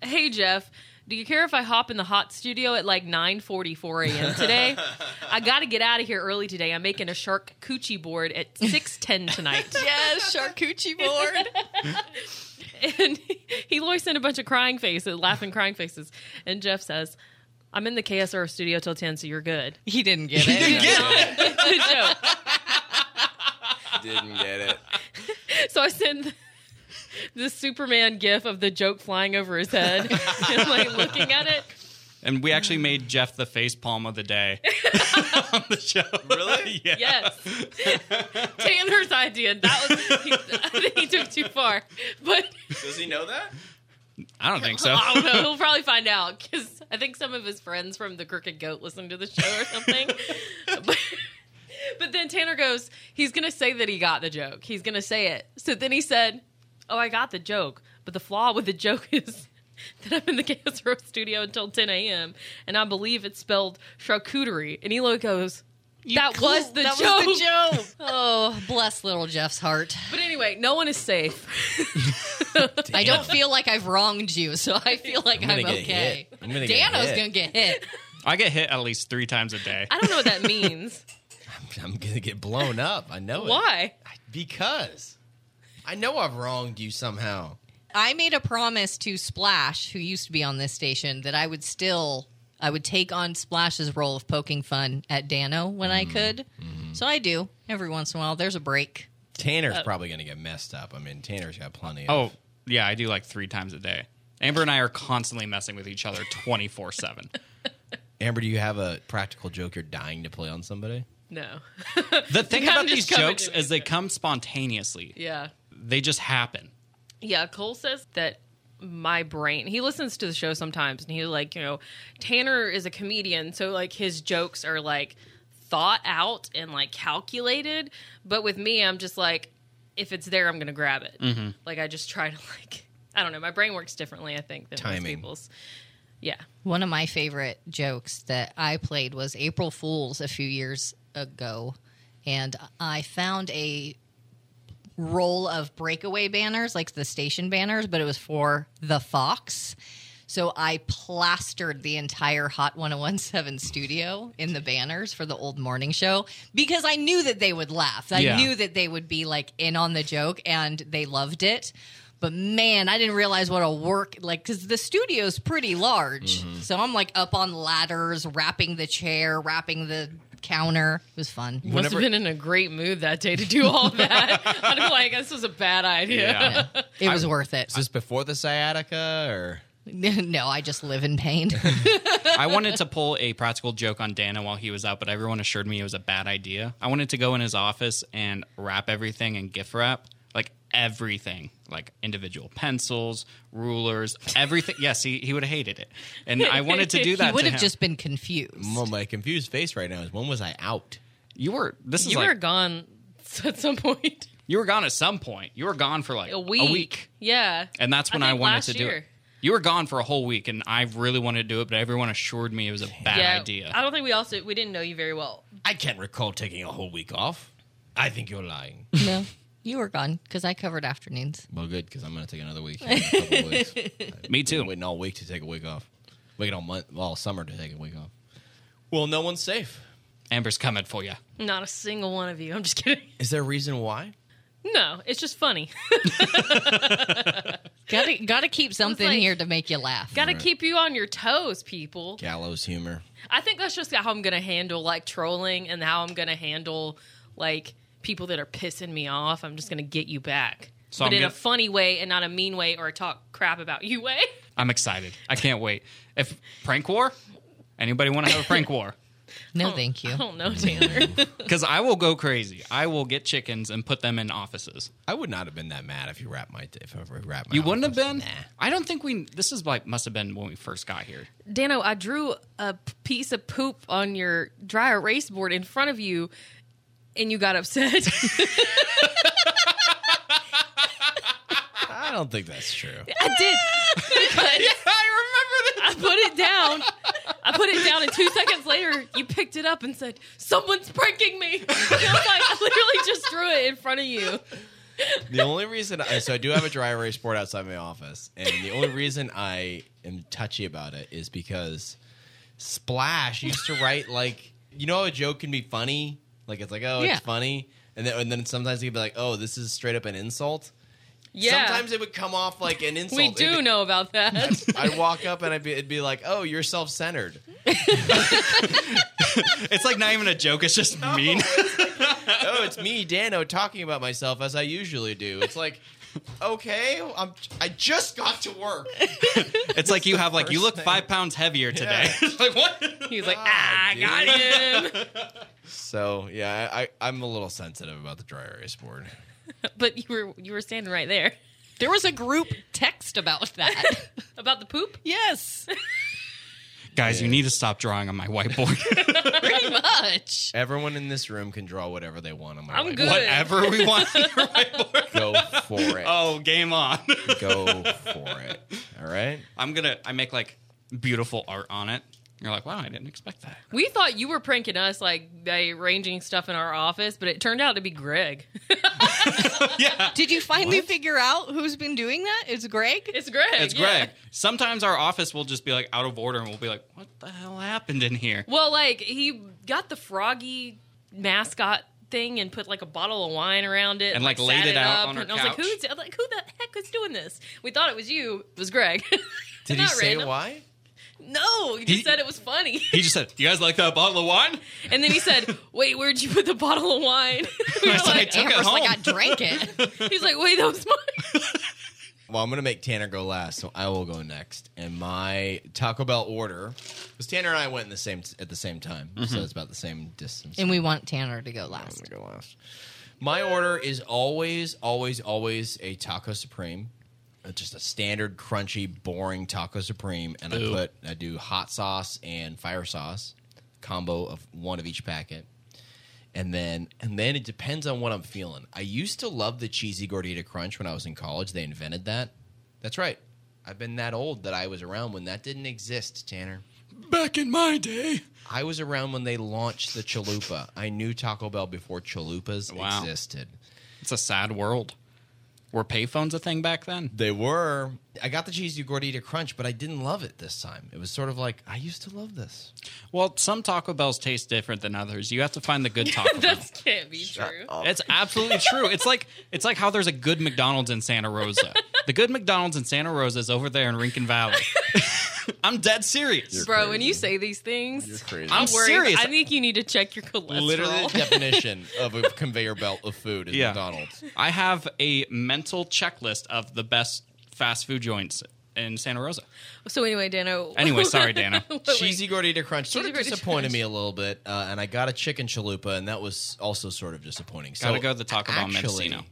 [SPEAKER 4] "Hey Jeff, do you care if I hop in the hot studio at like 9:44 a.m. today? I got to get out of here early today. I'm making a shark coochie board at 6:10 tonight."
[SPEAKER 2] Yes, charcuterie board.
[SPEAKER 4] and he- Eloy sent a bunch of crying faces, laughing crying faces, and Jeff says. I'm in the KSR studio till 10, so you're good.
[SPEAKER 2] he didn't get it. He didn't get
[SPEAKER 4] It's a joke.
[SPEAKER 1] Didn't get it.
[SPEAKER 4] So I sent the Superman gif of the joke flying over his head and like looking at it.
[SPEAKER 3] And we actually made Jeff the face palm of the day on the show.
[SPEAKER 1] Really?
[SPEAKER 3] yeah.
[SPEAKER 4] Yes. Tanner's idea. That was he, I think he took too far. But
[SPEAKER 1] Does he know that?
[SPEAKER 3] I don't think so.
[SPEAKER 4] I don't know. He'll probably find out because I think some of his friends from the Crooked Goat listen to the show or something. but, but then Tanner goes, he's gonna say that he got the joke. He's gonna say it. So then he said, "Oh, I got the joke, but the flaw with the joke is." That I'm in the Chaos Row studio until 10 a.m. and I believe it's spelled charcuterie. And Elo goes, "That was the
[SPEAKER 2] that
[SPEAKER 4] joke."
[SPEAKER 2] was the joke.
[SPEAKER 4] Oh,
[SPEAKER 2] Bless little Jeff's heart.
[SPEAKER 4] but anyway, no one is safe.
[SPEAKER 2] I don't feel like I've wronged you, so I feel like I'm,
[SPEAKER 1] gonna get
[SPEAKER 2] okay.
[SPEAKER 1] hit. I'm gonna get
[SPEAKER 2] Dano's
[SPEAKER 1] hit.
[SPEAKER 2] gonna get hit.
[SPEAKER 3] I get hit at least three times a day.
[SPEAKER 4] I don't know what that means.
[SPEAKER 1] I'm gonna get blown up. I know it.
[SPEAKER 4] Why?
[SPEAKER 1] Because I know I've wronged you somehow.
[SPEAKER 2] I made a promise to Splash, who used to be on this station, that I would still I would take on Splash's role of poking fun at Dano when I could. So I do every once in a while. There's a break.
[SPEAKER 1] Tanner's probably gonna get messed up. I mean, Tanner's got plenty. Of,
[SPEAKER 3] Oh, yeah, I do like three times a day. Amber and I are constantly messing with each other 24 7.
[SPEAKER 1] Amber, do you have a practical joke you're dying to play on somebody?
[SPEAKER 4] No.
[SPEAKER 3] The thing
[SPEAKER 4] kinda
[SPEAKER 3] about these
[SPEAKER 4] just come
[SPEAKER 3] jokes
[SPEAKER 4] into me.
[SPEAKER 3] is they come spontaneously,
[SPEAKER 4] Yeah.
[SPEAKER 3] they just happen.
[SPEAKER 4] Yeah, Cole says that my brain he listens to the show sometimes and he's like, you know, Tanner is a comedian, so like his jokes are like thought out and like calculated. But with me, I'm just like, if it's there, I'm gonna grab it.
[SPEAKER 3] Mm-hmm.
[SPEAKER 4] Like I just try to like I don't know, my brain works differently, I think, than most
[SPEAKER 1] Timing.
[SPEAKER 4] people's. Yeah.
[SPEAKER 2] One of my favorite jokes that I played was April Fools a few years ago, and I found a roll of breakaway banners, like the station banners, but it was for the Fox. So I plastered the entire Hot 1017 studio in the banners for the old morning show because I knew that they would laugh. I
[SPEAKER 3] Yeah.
[SPEAKER 2] knew that they would be like in on the joke and they loved it. But man, I didn't realize what a work like cuz the studio's pretty large.
[SPEAKER 3] Mm-hmm.
[SPEAKER 2] So I'm like up on ladders, wrapping the chair, wrapping the counter. It was fun.
[SPEAKER 4] Must
[SPEAKER 1] Whenever-
[SPEAKER 4] have been in a great mood that day to do all that. I'm like, this was a bad idea.
[SPEAKER 3] Yeah.
[SPEAKER 2] It was worth it.
[SPEAKER 1] Is this before the sciatica or?
[SPEAKER 2] no, I just live in pain.
[SPEAKER 3] I wanted to pull a practical joke on Dana while he was out, but everyone assured me it was a bad idea. I wanted to go in his office and wrap everything in gift wrap, like everything, like individual pencils, rulers, everything. yes, he, he would have hated it. And I wanted to do that.
[SPEAKER 2] He would
[SPEAKER 3] to
[SPEAKER 2] have
[SPEAKER 3] him.
[SPEAKER 2] just been confused.
[SPEAKER 1] Well, my confused face right now is when was I out?
[SPEAKER 3] You were. This is
[SPEAKER 4] You
[SPEAKER 3] like
[SPEAKER 4] were gone at some point.
[SPEAKER 3] you were gone at some point. You were gone for like
[SPEAKER 4] A week. Yeah.
[SPEAKER 3] and that's when I,
[SPEAKER 4] think
[SPEAKER 3] wanted
[SPEAKER 4] last
[SPEAKER 3] to do
[SPEAKER 4] year.
[SPEAKER 3] it. You were gone for a whole week, and I really wanted to do it, but everyone assured me it was a bad
[SPEAKER 4] yeah.
[SPEAKER 3] idea.
[SPEAKER 4] I don't think we also we didn't know you very well.
[SPEAKER 1] I can't recall taking a whole week off. I think you're lying.
[SPEAKER 2] No, you were gone because I covered afternoons.
[SPEAKER 1] well, good because I'm going to take another week. in a couple weeks.
[SPEAKER 3] me
[SPEAKER 1] Been
[SPEAKER 3] too.
[SPEAKER 1] waiting all week to take a week off. Waiting all month, all summer to take a week off. Well, no one's safe.
[SPEAKER 3] Amber's coming for you.
[SPEAKER 4] Not a single one of you. I'm just kidding.
[SPEAKER 1] Is there a reason why?
[SPEAKER 4] No, it's just funny.
[SPEAKER 2] Gotta gotta keep something
[SPEAKER 4] like-
[SPEAKER 2] here to make you laugh.
[SPEAKER 4] Got to keep you on your toes, people.
[SPEAKER 1] Gallows humor.
[SPEAKER 4] I think that's just how I'm gonna handle like trolling and how I'm gonna handle like people that are pissing me off. I'm just gonna get you back,
[SPEAKER 3] So
[SPEAKER 4] but
[SPEAKER 3] I'm
[SPEAKER 4] in a
[SPEAKER 3] gonna-
[SPEAKER 4] funny way and not a mean way or a talk crap about you way.
[SPEAKER 3] I'm excited. I can't wait. If prank war, Anybody want to have a prank war?
[SPEAKER 2] No, thank you.
[SPEAKER 4] I don't know, Tanner.
[SPEAKER 3] Because I will go crazy. I will get chickens and put them in offices.
[SPEAKER 1] I would not have been that mad if you wrapped my if I wrapped my.
[SPEAKER 3] You wouldn't have been.
[SPEAKER 1] Nah.
[SPEAKER 3] I don't think we. This is like must have been when we first got here.
[SPEAKER 4] Dano, I drew a p- piece of poop on your dry erase board in front of you, and you got upset.
[SPEAKER 1] I don't think that's true.
[SPEAKER 4] I did. I remember this. I put it down. I put it down, and two seconds later, you picked it up and said, "Someone's pranking me." And I was like, I literally just threw it in front of you.
[SPEAKER 1] The only reason I so I do have a dry erase board outside my office, and the only reason I am touchy about it is because Splash used to write like you know how a joke can be funny, like it's like oh
[SPEAKER 2] Yeah.
[SPEAKER 1] it's funny, and then and then sometimes it'd be like oh this is straight up an insult.
[SPEAKER 4] Yeah,
[SPEAKER 1] Sometimes it would come off like an insult.
[SPEAKER 4] we
[SPEAKER 1] It'd
[SPEAKER 4] do
[SPEAKER 1] be-
[SPEAKER 4] know about that.
[SPEAKER 1] I'd walk up and I'd be, it'd be like, "Oh, you're self-centered."
[SPEAKER 3] It's like not even a joke. It's just mean.
[SPEAKER 1] oh, it's me, Dano, talking about myself as I usually do. It's like, okay, I'm, I just got to work.
[SPEAKER 3] It's like you have like you
[SPEAKER 1] first
[SPEAKER 3] look
[SPEAKER 1] thing.
[SPEAKER 3] five pounds heavier today. It's like what?
[SPEAKER 4] He was like, "Ah, I
[SPEAKER 1] dude.
[SPEAKER 4] got him,"
[SPEAKER 1] So yeah, I, I, I'm a little sensitive about the dry erase board.
[SPEAKER 4] but you were you were standing right there
[SPEAKER 2] There was a group text about that.
[SPEAKER 4] about the poop.
[SPEAKER 2] yes,
[SPEAKER 3] Guys, you need to stop drawing on my whiteboard.
[SPEAKER 2] pretty much.
[SPEAKER 1] Everyone in this room can draw whatever they want on my.
[SPEAKER 4] I'm
[SPEAKER 1] whiteboard.
[SPEAKER 4] good.
[SPEAKER 3] Whatever we want on your whiteboard.
[SPEAKER 1] Go for it.
[SPEAKER 3] Oh, game on.
[SPEAKER 1] Go for it. All right.
[SPEAKER 3] I'm gonna I make like beautiful art on it. You're like, wow, I didn't expect that.
[SPEAKER 4] We thought you were pranking us, like by arranging stuff in our office, but it turned out to be Greg.
[SPEAKER 2] Did you finally figure out who's been doing that? It's Greg.
[SPEAKER 4] It's Greg.
[SPEAKER 3] It's
[SPEAKER 4] yeah.
[SPEAKER 3] Greg. Sometimes our office will just be like out of order and we'll be like, what the hell happened in here?
[SPEAKER 4] Well, like he got the froggy mascot thing and put like a bottle of wine around it
[SPEAKER 3] And, like,
[SPEAKER 4] sat
[SPEAKER 3] laid it out
[SPEAKER 4] up,
[SPEAKER 3] on her
[SPEAKER 4] and I was like,
[SPEAKER 3] couch.
[SPEAKER 4] Who's, I'm like, who the heck is doing this? We thought it was you. It was Greg.
[SPEAKER 1] Did he
[SPEAKER 4] Not
[SPEAKER 1] say
[SPEAKER 4] random.
[SPEAKER 1] why?
[SPEAKER 4] No, he just
[SPEAKER 3] He-
[SPEAKER 4] said it was funny.
[SPEAKER 3] He just said, You guys like that bottle of wine?
[SPEAKER 4] And then he said, "Wait, where'd you put the bottle of wine?" we were
[SPEAKER 3] I said,
[SPEAKER 4] like,
[SPEAKER 3] "I took it
[SPEAKER 2] Amber's like I
[SPEAKER 3] home."
[SPEAKER 2] drank it.
[SPEAKER 4] he's like, "Wait, that was mine."
[SPEAKER 1] Well, I'm gonna make Tanner go last, so I will go next. And my Taco Bell order, because Tanner and I went in the same at the same time, so it's about the same distance.
[SPEAKER 2] and we want Tanner to go last.
[SPEAKER 1] go last. My order is always, always, always a taco supreme. Uh, Just a standard crunchy, boring taco supreme, and I put I do hot sauce and fire sauce combo of one of each packet, and then and then it depends on what I'm feeling. I used to love the cheesy gordita crunch when I was in college. They invented that. That's right. I've been that old that I was around when that didn't exist, Tanner.
[SPEAKER 3] Back in my day.
[SPEAKER 1] I was around when they launched the chalupa. I knew Taco Bell before chalupas
[SPEAKER 3] Wow.
[SPEAKER 1] existed.
[SPEAKER 3] It's a sad world. Were payphones a thing back then?
[SPEAKER 1] They were. I got the cheesy gordita crunch, but I didn't love it this time. It was sort of like I used to love this.
[SPEAKER 3] Well, some Taco Bells taste different than others. You have to find the good Taco Bell.
[SPEAKER 4] that can't be true.
[SPEAKER 3] It's absolutely true. It's like it's like how there's a good McDonald's in Santa Rosa. The good McDonald's in Santa Rosa is over there in Rinkin Valley. I'm dead serious.
[SPEAKER 4] Bro, when you say these things, you're
[SPEAKER 1] crazy.
[SPEAKER 4] I'm,
[SPEAKER 3] I'm
[SPEAKER 4] worried.
[SPEAKER 3] serious.
[SPEAKER 4] I think you need to check your cholesterol.
[SPEAKER 1] Literally the definition of a conveyor belt of food is
[SPEAKER 3] Yeah.
[SPEAKER 1] McDonald's.
[SPEAKER 3] I have a mental checklist of the best fast food joints in Santa Rosa.
[SPEAKER 4] So anyway, Dano.
[SPEAKER 3] Anyway, sorry, Dana.
[SPEAKER 4] Wait, wait.
[SPEAKER 1] Cheesy gordita crunch sort
[SPEAKER 4] Cheesy
[SPEAKER 1] of
[SPEAKER 4] gordita
[SPEAKER 1] disappointed
[SPEAKER 4] crunch.
[SPEAKER 1] me a little bit, uh, and I got a chicken chalupa, and that was also sort of disappointing. So
[SPEAKER 3] Gotta go to the Taco Bell
[SPEAKER 1] actually-
[SPEAKER 3] Mendocino.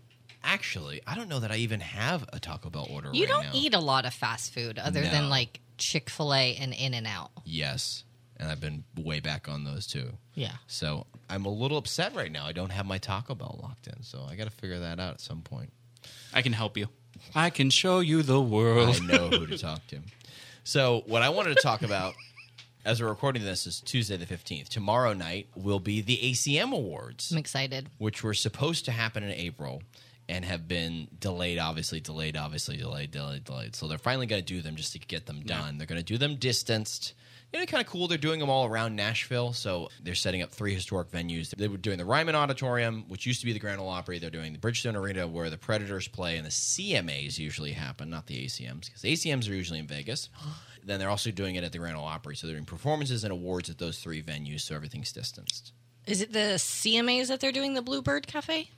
[SPEAKER 1] Actually, I don't know that I even have a Taco Bell order.
[SPEAKER 2] You
[SPEAKER 1] right
[SPEAKER 2] don't
[SPEAKER 1] now.
[SPEAKER 2] eat a lot of fast food other
[SPEAKER 1] No.
[SPEAKER 2] than like Chick Fil A and In and Out.
[SPEAKER 1] Yes, and I've been way back on those too.
[SPEAKER 2] Yeah.
[SPEAKER 1] So I'm a little upset right now. I don't have my Taco Bell locked in, so I got to figure that out at some point.
[SPEAKER 3] I can help you. I can show you the
[SPEAKER 1] I
[SPEAKER 3] world.
[SPEAKER 1] know who to talk to. So what I wanted to talk about as we're recording this is Tuesday the 15th. Tomorrow night will be the ACM Awards,
[SPEAKER 2] I'm excited.
[SPEAKER 1] which were supposed to happen in April and have been delayed, obviously delayed, obviously delayed, delayed, delayed. So they're finally going to do them just to get them done. They're going to do them distanced. You know, kind of cool. They're doing them all around Nashville. So they're setting up three historic venues. They were doing the Ryman Auditorium, which used to be the Grand Ole Opry. They're doing the Bridgestone Arena, where the Predators play, and the CMAs usually happen, not the ACMs, because ACMs are usually in Vegas. then they're also doing it at the Grand Ole Opry. So they're doing performances and awards at those three venues, so everything's distanced.
[SPEAKER 2] Is it the CMAs that they're doing the Bluebird Cafe?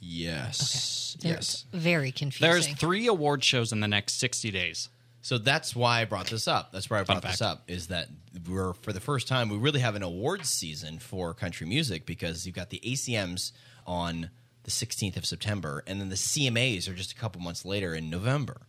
[SPEAKER 1] Yes.
[SPEAKER 2] They're
[SPEAKER 1] Yes.
[SPEAKER 2] Very confusing.
[SPEAKER 3] There's three award shows in the next 60 days.
[SPEAKER 1] So that's why I brought this up. That's why I brought this
[SPEAKER 3] fact.
[SPEAKER 1] up is that we're for the first time we really have an awards season for country music because you've got the ACMs on the 16th of September and then the CMAs are just a couple months later in November.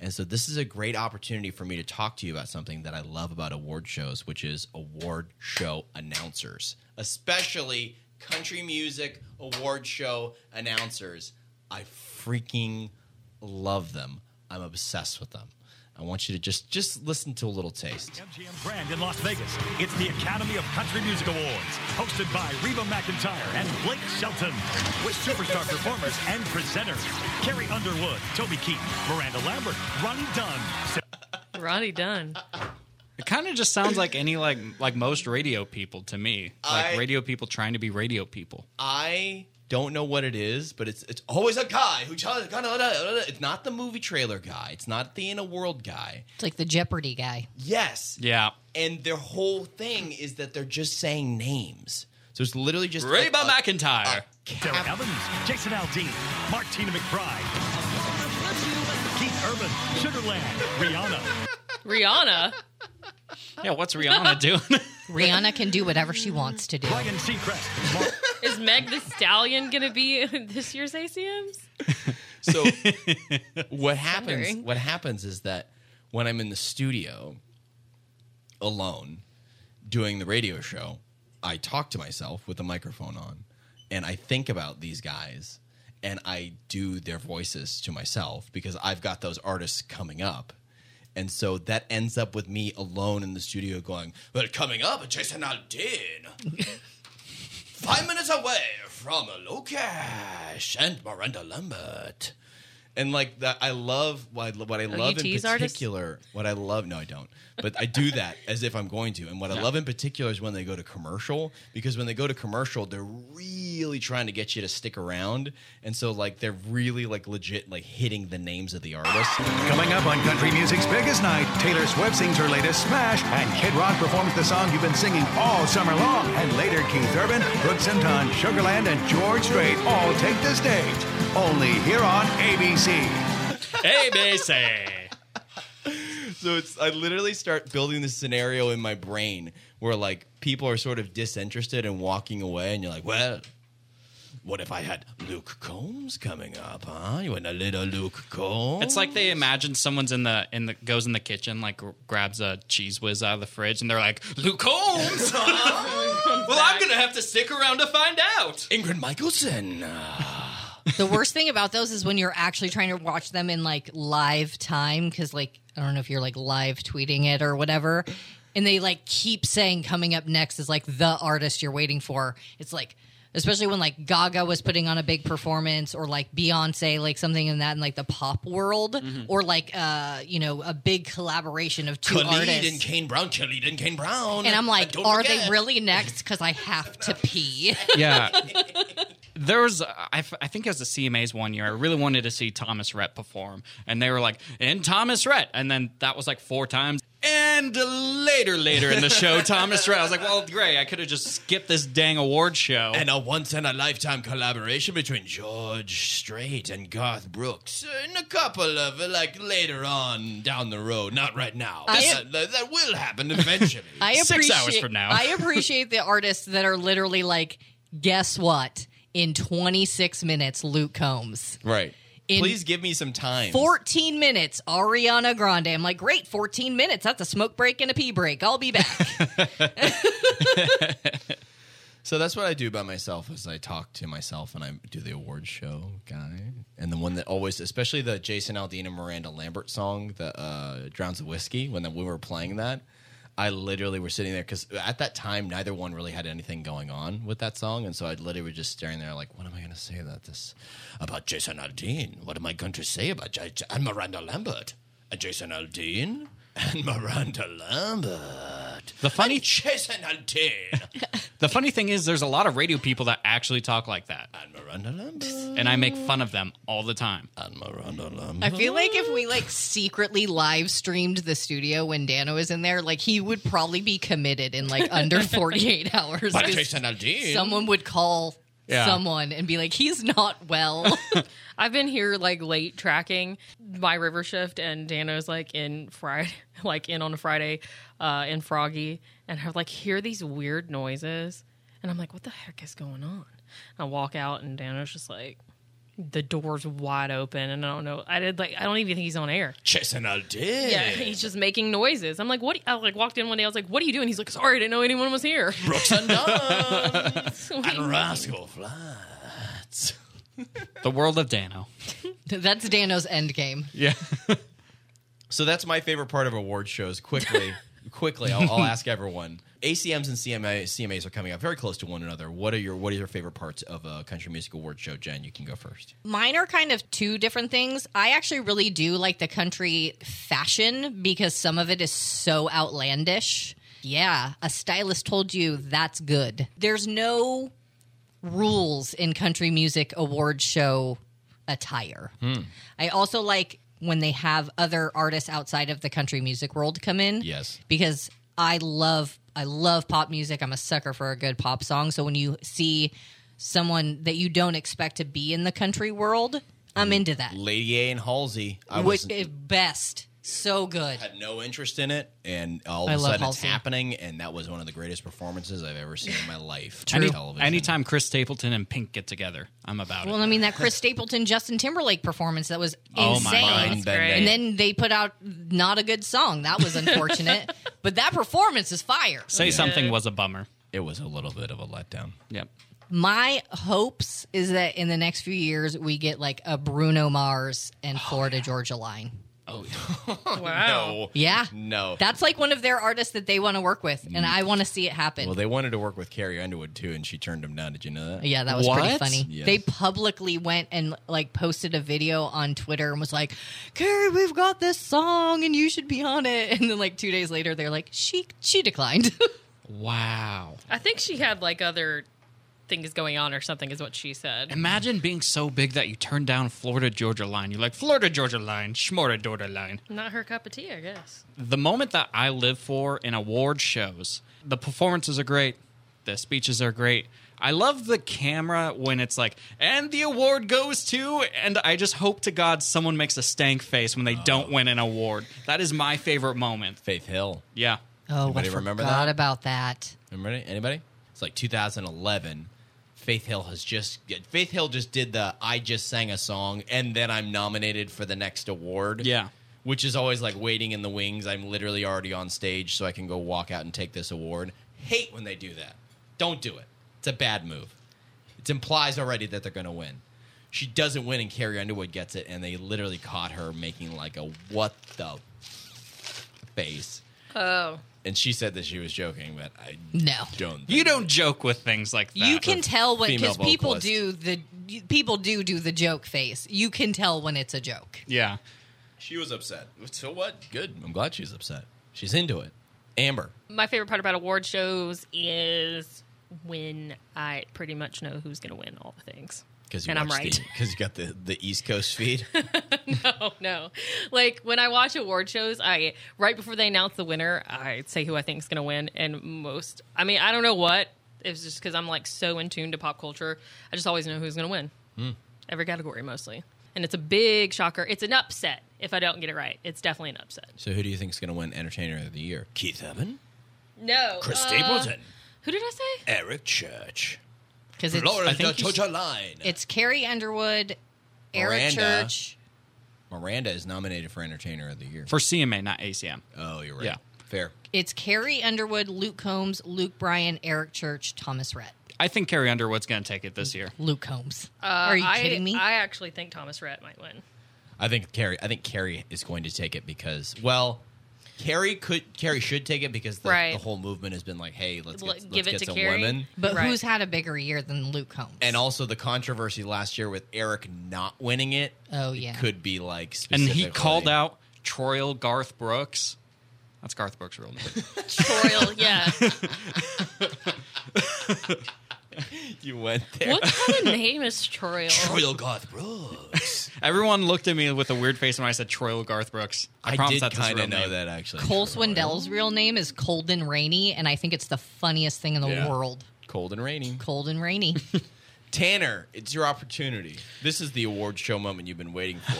[SPEAKER 1] And so this is a great opportunity for me to talk to you about something that I love about award shows, which is award show announcers, especially country music award show announcers. I freaking love them. I'm obsessed with them. I want you to just just listen to a little taste.
[SPEAKER 6] MGM Grand in Las Vegas. It's the Academy of Country Music Awards, hosted by Reba McIntyre and Blake Shelton, with superstar performers and presenters Carrie Underwood, Toby Keith, Miranda Lambert, Ronnie Dunn.
[SPEAKER 4] Ronnie Dunn.
[SPEAKER 3] It kind of just sounds like any like like most radio people to me, like
[SPEAKER 1] I-
[SPEAKER 3] radio people trying to be radio people.
[SPEAKER 1] I don't know what it is, but it's it's always a guy who tells it's not the movie trailer guy. It's not the in a world guy.
[SPEAKER 2] It's like the Jeopardy guy.
[SPEAKER 1] Yes.
[SPEAKER 3] Yeah,
[SPEAKER 1] and their whole thing is that they're just saying names. So it's literally just uh,
[SPEAKER 3] Reba
[SPEAKER 1] a- a-
[SPEAKER 3] McIntyre.
[SPEAKER 6] Sarah Evans, Jason Aldean, Martina McBride, Keith Urban, Sugarland, Rihanna,
[SPEAKER 4] Rihanna.
[SPEAKER 3] yeah, what's Rihanna doing?
[SPEAKER 2] Rihanna can do whatever she wants to do.
[SPEAKER 6] Ryan Seacrest, Mark
[SPEAKER 4] Is Meg the Stallion going to be in this year's ACMs?
[SPEAKER 1] So what happens?
[SPEAKER 4] Wondering.
[SPEAKER 1] What happens is that when I'm in the studio alone doing the radio show, I talk to myself with the microphone on, and I think about these guys, and I do their voices to myself because I've got those artists coming up. And so that ends up with me alone in the studio going, Well, coming up, Jason Aldean. Five minutes away from Lokesh and Miranda Lambert. And like that, I love what I, what I love in
[SPEAKER 4] tease
[SPEAKER 1] particular.
[SPEAKER 4] artists?
[SPEAKER 1] What I love, no, I don't. But I do that as if I'm going to. And what I love in particular is when they go to commercial, because when they go to commercial, they're really trying to get you to stick around. And so, like, they're really like legit, like hitting the names of the artists.
[SPEAKER 7] Coming up on country music's biggest night, Taylor Swift sings her latest smash, and Kid Rock performs the song you've been singing all summer long. And later, Keith Urban, Brooks and Dunn, Sugarland, and George Strait all take the stage. Only here on ABC.
[SPEAKER 3] ABC.
[SPEAKER 1] so it's I literally start building this scenario in my brain where like people are sort of disinterested and walking away, and you're like, well, what if I had Luke Combs coming up? Huh? You want a little Luke Combs?
[SPEAKER 3] It's like they imagine someone's in the in the goes in the kitchen, like gr- grabs a cheese whiz out of the fridge, and they're like, "Luke Holmes." well, I'm gonna have to stick around to find out.
[SPEAKER 1] Ingrid Michaelson. Uh,
[SPEAKER 2] The worst thing about those is when you're actually trying to watch them in like live time because like I don't know if you're like live tweeting it or whatever, and they like keep saying coming up next is like the artist you're waiting for. It's like especially when like Gaga was putting on a big performance or like Beyonce like something in that in like the pop world
[SPEAKER 1] Mm-hmm.
[SPEAKER 2] or like uh you know a big collaboration of two
[SPEAKER 1] Khalid
[SPEAKER 2] artists.
[SPEAKER 1] and Kane Brown. Khalid and Kane Brown.
[SPEAKER 2] and I'm like,
[SPEAKER 1] don't
[SPEAKER 2] are
[SPEAKER 1] forget.
[SPEAKER 2] they really next? Because I have to pee.
[SPEAKER 3] Yeah. There was, I, f- I think it was the CMAs one year. I really wanted to see Thomas Rhett perform. And they were like, and Thomas Rhett. And then that was like four times. And later, later in the show, Thomas Rhett. I was like, well, great. I could have just skipped this dang award show.
[SPEAKER 1] And a once in a lifetime collaboration between George Strait and Garth Brooks in a couple of, like, later on down the road. Not right now.
[SPEAKER 2] I-
[SPEAKER 1] that, that- that will happen eventually.
[SPEAKER 2] I
[SPEAKER 3] Six
[SPEAKER 2] appreciate,
[SPEAKER 3] hours from now.
[SPEAKER 2] I appreciate the artists that are literally like, guess what? In 26 minutes, Luke Combs.
[SPEAKER 1] Right.
[SPEAKER 2] In-
[SPEAKER 1] Please give me some time.
[SPEAKER 2] 14 minutes, Ariana Grande. I'm like, great, 14 minutes. That's a smoke break and a pee break. I'll be back.
[SPEAKER 1] so that's what I do by myself is I talk to myself and I do the award show guy. And the one that always, especially the Jason Aldean and Miranda Lambert song, the uh, Drowns the Whiskey, when we were playing that, I literally were sitting there because at that time, neither one really had anything going on with that song. And so I literally was just staring there like, what am I going to say about this? About Jason Aldean? What am I going to say about J- J- and Miranda Lambert? And Jason Aldean? And Miranda Lambert.
[SPEAKER 3] The funny-
[SPEAKER 1] And Jason Aldean.
[SPEAKER 3] the funny thing is, there's a lot of radio people that actually talk like that.
[SPEAKER 1] And Miranda Lambert.
[SPEAKER 3] And I make fun of them all the time.
[SPEAKER 1] And Miranda Lambert.
[SPEAKER 2] I feel like if we like secretly live streamed the studio when Dano is in there, like he would probably be committed in like under 48 hours.
[SPEAKER 1] But
[SPEAKER 2] 'cause
[SPEAKER 1] Jason Aldean.
[SPEAKER 2] Someone would call
[SPEAKER 3] Yeah.
[SPEAKER 2] someone and be like, he's not well.
[SPEAKER 4] I've been here like late tracking my river shift, and Dano's like in Friday, like in on a Friday, uh, in Froggy, and I like hear these weird noises, and I'm like, what the heck is going on? I walk out, and Dano's just like, the door's wide open, and I don't know. I did like, I don't even think he's on air.
[SPEAKER 1] Chasing a dick.
[SPEAKER 4] Yeah, he's just making noises. I'm like, what? I like walked in one day. I was like, what are you doing? He's like, sorry, I didn't know anyone was here.
[SPEAKER 1] Brooks and Dunn
[SPEAKER 4] So he-
[SPEAKER 1] and Rascal Flats.
[SPEAKER 3] The world of Dano.
[SPEAKER 2] That's Dano's end game.
[SPEAKER 3] Yeah.
[SPEAKER 1] So that's my favorite part of award shows. Quickly, quickly, I'll, I'll ask everyone. ACMs and CMA, CMAs are coming up very close to one another. What are your What are your favorite parts of a country music award show? Jen, you can go first.
[SPEAKER 2] Mine are kind of two different things. I actually really do like the country fashion because some of it is so outlandish. Yeah, a stylist told you that's good. There's no rules in country music award show attire. I also like when they have other artists outside of the country music world come in.
[SPEAKER 1] Yes.
[SPEAKER 2] Because I love I love pop music. I'm a sucker for a good pop song. So when you see someone that you don't expect to be in the country world, I'm into that.
[SPEAKER 1] Lady A and Halsey. I
[SPEAKER 2] Which
[SPEAKER 1] was
[SPEAKER 2] is best. So good.
[SPEAKER 1] had no interest in it, and all of
[SPEAKER 2] I
[SPEAKER 1] a
[SPEAKER 2] love
[SPEAKER 1] sudden it's
[SPEAKER 2] Halsey.
[SPEAKER 1] happening, and that was one of the greatest performances I've ever seen in my life.
[SPEAKER 3] Any,
[SPEAKER 1] on television.
[SPEAKER 3] anytime Chris Stapleton and Pink get together, I'm about
[SPEAKER 2] Well,
[SPEAKER 3] it.
[SPEAKER 2] I mean that Chris Stapleton Justin Timberlake performance that was
[SPEAKER 3] Oh my
[SPEAKER 2] insane.
[SPEAKER 1] Mind bending.
[SPEAKER 2] and then they put out not a good song. That was unfortunate. but that performance is fire.
[SPEAKER 3] Say something was a bummer.
[SPEAKER 1] it was a little bit of a letdown.
[SPEAKER 3] Yep.
[SPEAKER 2] My hopes is that in the next few years we get like a Bruno Mars
[SPEAKER 1] Oh,
[SPEAKER 2] and Florida Georgia Line.
[SPEAKER 4] wow.
[SPEAKER 2] Oh. Yeah.
[SPEAKER 1] No.
[SPEAKER 2] That's like one of their artists that they want to work with, and I want to see it happen.
[SPEAKER 1] Well, they wanted to work with Carrie Underwood too, and she turned them down. Did you know that?
[SPEAKER 2] yeah, that was pretty
[SPEAKER 3] What?
[SPEAKER 2] funny.
[SPEAKER 1] Yes.
[SPEAKER 2] They publicly went and like posted a video on Twitter and was like, "Carrie, we've got this song and you should be on it." And then like 2 days later they're like, "She she declined."
[SPEAKER 3] Wow.
[SPEAKER 4] I think she had like other things going on or something, is what she said.
[SPEAKER 3] Imagine being so big that you turn down Florida Georgia Line. You're like Florida Georgia Line, Schmorta Georgia Line.
[SPEAKER 4] Not her cup of tea, I guess.
[SPEAKER 3] The moment that I live for in award shows, the performances are great, the speeches are great. I love the camera when it's like, and the award goes to, and I just hope to God someone makes a stank face when they
[SPEAKER 2] Uh.
[SPEAKER 3] don't win an award. That is my favorite moment.
[SPEAKER 1] Faith Hill.
[SPEAKER 3] Yeah.
[SPEAKER 2] oh, I
[SPEAKER 1] Anybody remember
[SPEAKER 2] forgot
[SPEAKER 1] that?
[SPEAKER 2] about that.
[SPEAKER 1] Remember anybody? It's like 2011. Faith Hill has just Faith Hill just did the I just sang a song and then I'm nominated for the next award.
[SPEAKER 3] Yeah.
[SPEAKER 1] Which is always like waiting in the wings. I'm literally already on stage so I can go walk out and take this award. Hate when they do that. Don't do it. It's a bad move. It implies already that they're going to win. She doesn't win and Carrie Underwood gets it and they literally caught her making like a what the face.
[SPEAKER 4] Oh.
[SPEAKER 1] And she said that she was joking, but I
[SPEAKER 2] No.
[SPEAKER 1] don't. think
[SPEAKER 3] You don't joke with things like that.
[SPEAKER 2] You can tell when
[SPEAKER 1] female
[SPEAKER 2] because people
[SPEAKER 1] vocalist.
[SPEAKER 2] do the you- people do do the joke face. You can tell when it's a joke.
[SPEAKER 3] Yeah.
[SPEAKER 1] She was upset. So what? Good. I'm glad she's upset. She's into it. Amber.
[SPEAKER 4] My favorite part about award shows is when I pretty much know who's going to win all the things.
[SPEAKER 1] Because you
[SPEAKER 4] and I'm
[SPEAKER 1] watch
[SPEAKER 4] right.
[SPEAKER 1] the- 'cause you got the, the East Coast feed.
[SPEAKER 4] oh no! Like when I watch award shows, I right before they announce the winner, I say who I think is going to win, and most. I mean, I don't know what. It's just because I'm like so in tune to pop culture. I just always know who's going to win.
[SPEAKER 3] Hmm.
[SPEAKER 4] Every category mostly, and it's a big shocker. It's an upset if I don't get it right. It's definitely an upset.
[SPEAKER 1] so who do you think is going to win Entertainer of the Year? Keith Evan,
[SPEAKER 4] No,
[SPEAKER 1] Chris
[SPEAKER 4] uh,
[SPEAKER 1] Stapleton,
[SPEAKER 4] Who did I say?
[SPEAKER 1] Eric Church,
[SPEAKER 2] Because it's
[SPEAKER 1] Laura
[SPEAKER 2] I think you-
[SPEAKER 1] Georgia Line.
[SPEAKER 2] it's Carrie Underwood, Eric
[SPEAKER 1] Miranda.
[SPEAKER 2] Church.
[SPEAKER 1] Miranda is nominated for Entertainer of the Year.
[SPEAKER 3] For CMA, not ACM.
[SPEAKER 1] oh, you're right.
[SPEAKER 3] Yeah.
[SPEAKER 1] Fair.
[SPEAKER 2] It's Carrie Underwood, Luke Combs, Luke Bryan, Eric Church, Thomas Rhett.
[SPEAKER 3] I think Carrie Underwood's going to take it this year.
[SPEAKER 2] Luke Combs. Are you
[SPEAKER 4] Uh, I,
[SPEAKER 2] kidding me?
[SPEAKER 4] I actually think Thomas Rhett might win.
[SPEAKER 1] I think Carrie. I think Carrie is going to take it because well, Carrie could. Carrie should take it because the,
[SPEAKER 4] Right.
[SPEAKER 1] the whole movement has been like, hey, let's
[SPEAKER 4] Well,
[SPEAKER 1] get,
[SPEAKER 4] give
[SPEAKER 1] let's
[SPEAKER 4] it
[SPEAKER 1] get
[SPEAKER 4] to
[SPEAKER 1] some
[SPEAKER 4] Carrie.
[SPEAKER 1] women.
[SPEAKER 2] but
[SPEAKER 4] Right.
[SPEAKER 2] who's had a bigger year than Luke Combs?
[SPEAKER 1] and also the controversy last year with Eric not winning it.
[SPEAKER 2] Oh,
[SPEAKER 1] it
[SPEAKER 2] yeah.
[SPEAKER 1] could be like
[SPEAKER 3] And
[SPEAKER 1] specifically.
[SPEAKER 3] he called out Troil Garth Brooks. That's Garth Brooks' real name.
[SPEAKER 4] Troil, yeah.
[SPEAKER 1] You went there.
[SPEAKER 4] What kind of name is Troil?
[SPEAKER 1] Royal Garth Brooks.
[SPEAKER 3] Everyone looked at me with a weird face when I said Troil Garth Brooks. I,
[SPEAKER 1] I,
[SPEAKER 3] promise
[SPEAKER 1] did
[SPEAKER 3] that's his
[SPEAKER 1] kind of
[SPEAKER 3] real
[SPEAKER 1] know
[SPEAKER 3] name.
[SPEAKER 1] that actually.
[SPEAKER 2] Cole
[SPEAKER 1] Troy.
[SPEAKER 2] Swindell's real name is Colden Rainey, and I think it's the funniest thing in the
[SPEAKER 1] Yeah.
[SPEAKER 2] world.
[SPEAKER 1] Cold and rainy.
[SPEAKER 2] Colden Rainey.
[SPEAKER 1] Tanner, it's your opportunity. This is the award show moment you've been waiting for.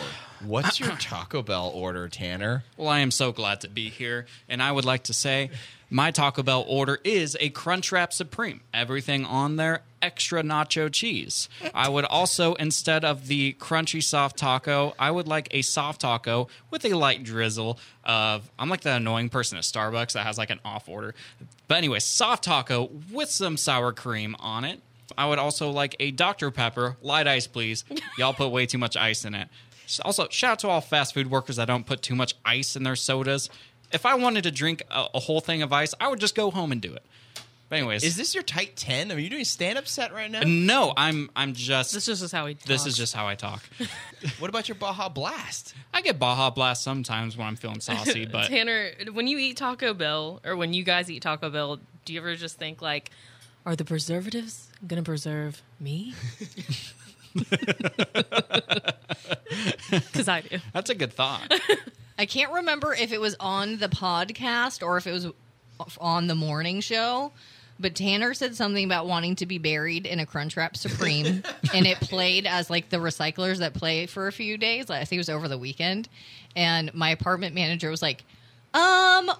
[SPEAKER 1] What's your Taco Bell order, Tanner?
[SPEAKER 3] Well, I am so glad to be here, and I would like to say my Taco Bell order is a Crunchwrap Supreme. Everything on there, extra nacho cheese. I would also, instead of the crunchy soft taco, I would like a soft taco with a light drizzle of. I'm like the annoying person at Starbucks that has like an off order. But anyway, soft taco with some sour cream on it. I would also like a Dr. Pepper, light ice, please. Y'all put way too much ice in it. Also, shout out to all fast food workers that don't put too much ice in their sodas. If I wanted to drink a, a whole thing of ice, I would just go home and do it. But anyways,
[SPEAKER 1] Is this your tight 10? Are you doing a stand up set right now?
[SPEAKER 3] no, I'm I'm just
[SPEAKER 4] This is just how he.
[SPEAKER 3] this
[SPEAKER 4] talks.
[SPEAKER 3] is just how I talk.
[SPEAKER 1] What about your Baja Blast?
[SPEAKER 3] I get Baja Blast sometimes when I'm feeling saucy, but
[SPEAKER 4] Tanner. When you eat Taco Bell, or when you guys eat Taco Bell, do you ever just think like, are the preservatives gonna preserve me? Because I do.
[SPEAKER 3] that's a good thought.
[SPEAKER 2] I can't remember if it was on the podcast or if it was on the morning show, but Tanner said something about wanting to be buried in a Crunchwrap Supreme, and it played as like the recyclers that play for a few days. Like, I think it was over the weekend, and my apartment manager was like. Um,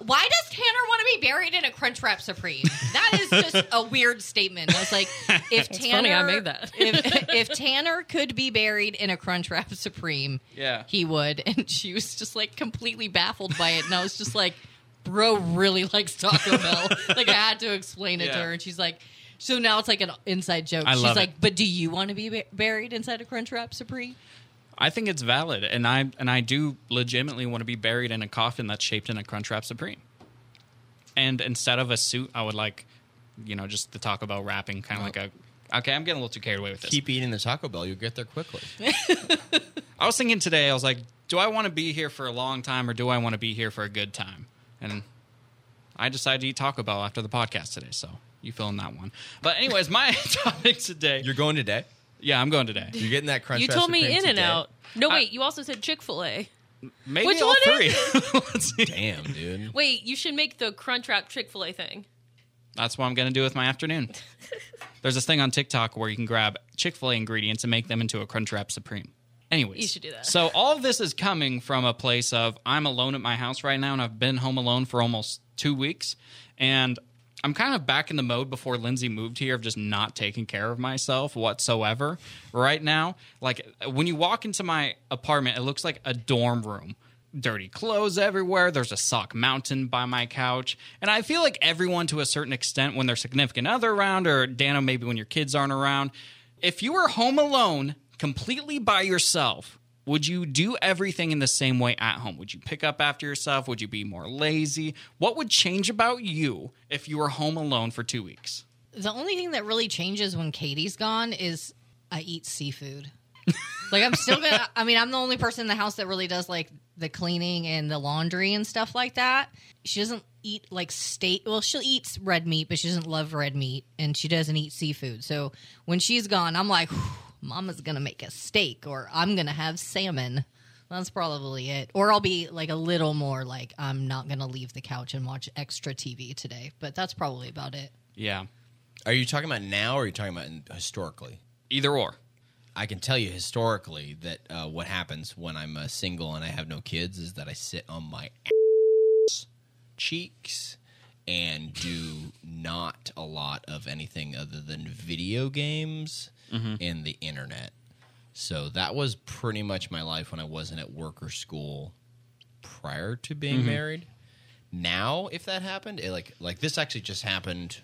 [SPEAKER 2] why does Tanner want to be buried in a Crunchwrap Supreme? That is just a weird statement. I was like, if Tanner,
[SPEAKER 4] funny, I made that.
[SPEAKER 2] if, if Tanner could be buried in a Crunchwrap Supreme,
[SPEAKER 3] Yeah.
[SPEAKER 2] he would. And she was just like completely baffled by it. And I was just like, bro really likes Taco Bell. like I had to explain it to
[SPEAKER 3] Yeah.
[SPEAKER 2] her. And she's like, so now it's like an inside joke.
[SPEAKER 3] I
[SPEAKER 2] she's
[SPEAKER 3] love it.
[SPEAKER 2] like, but do you want to be bu- buried inside a Crunchwrap Supreme?
[SPEAKER 3] I think it's valid, and I and I do legitimately want to be buried in a coffin that's shaped in a Crunchwrap Supreme. And instead of a suit, I would like, you know, just the Taco Bell wrapping, kind of like a. Okay, I'm getting a little too carried away with this.
[SPEAKER 1] Keep eating the Taco Bell. You'll get there quickly.
[SPEAKER 3] I was thinking today, I was like, do I want to be here for a long time or do I want to be here for a good time? And I decided to eat Taco Bell after the podcast today, so you fill in that one. But anyways, my topic today.
[SPEAKER 1] You're going today.
[SPEAKER 3] yeah, I'm going today.
[SPEAKER 1] You're getting that crunch.
[SPEAKER 4] You told me In and Out. No,
[SPEAKER 3] I-
[SPEAKER 4] wait. you also said Chick Fil A.
[SPEAKER 3] Maybe
[SPEAKER 4] Which
[SPEAKER 3] all
[SPEAKER 4] one
[SPEAKER 3] three.
[SPEAKER 4] is
[SPEAKER 3] Let's see.
[SPEAKER 1] Damn, dude.
[SPEAKER 4] Wait, you should make the Crunchwrap Chick Fil A thing.
[SPEAKER 3] That's what I'm going to do with my afternoon. There's this thing on TikTok where you can grab Chick fil A ingredients and make them into a Crunchwrap Supreme. Anyways,
[SPEAKER 4] You should do that.
[SPEAKER 3] So, all of this is coming from a place of I'm alone at my house right now, and I've been home alone for almost two weeks. And I'm kind of back in the mode before Lindsay moved here of just not taking care of myself whatsoever. Right now, like when you walk into my apartment, it looks like a dorm room dirty clothes everywhere. There's a sock mountain by my couch. And I feel like everyone, to a certain extent, when their significant other around, or Dano, maybe when your kids aren't around, if you were home alone, completely by yourself, would you do everything in the same way at home? Would you pick up after yourself? Would you be more lazy? What would change about you if you were home alone for two weeks?
[SPEAKER 2] The only thing that really changes when Katie's gone is I eat seafood. like I'm still gonna. I mean, I'm the only person in the house that really does like the cleaning and the laundry and stuff like that. She doesn't eat like steak. Well, she'll eat red meat, but she doesn't love red meat, and she doesn't eat seafood. So when she's gone, I'm like, "Whew, Mama's gonna make a steak, or I'm gonna have salmon. That's probably it. Or I'll be like a little more like I'm not gonna leave the couch and watch extra TV today. But that's probably about it.
[SPEAKER 3] Yeah.
[SPEAKER 1] Are you talking about now or are you talking about in- historically?
[SPEAKER 3] Either or.
[SPEAKER 1] I can tell you historically that uh, what happens when I'm uh, single and I have no kids is that I sit on my ass cheeks and do not a lot of anything other than video games and the internet. So that was pretty much my life when I wasn't at work or school prior to being married. Now, if that happened, it, like like this actually just happened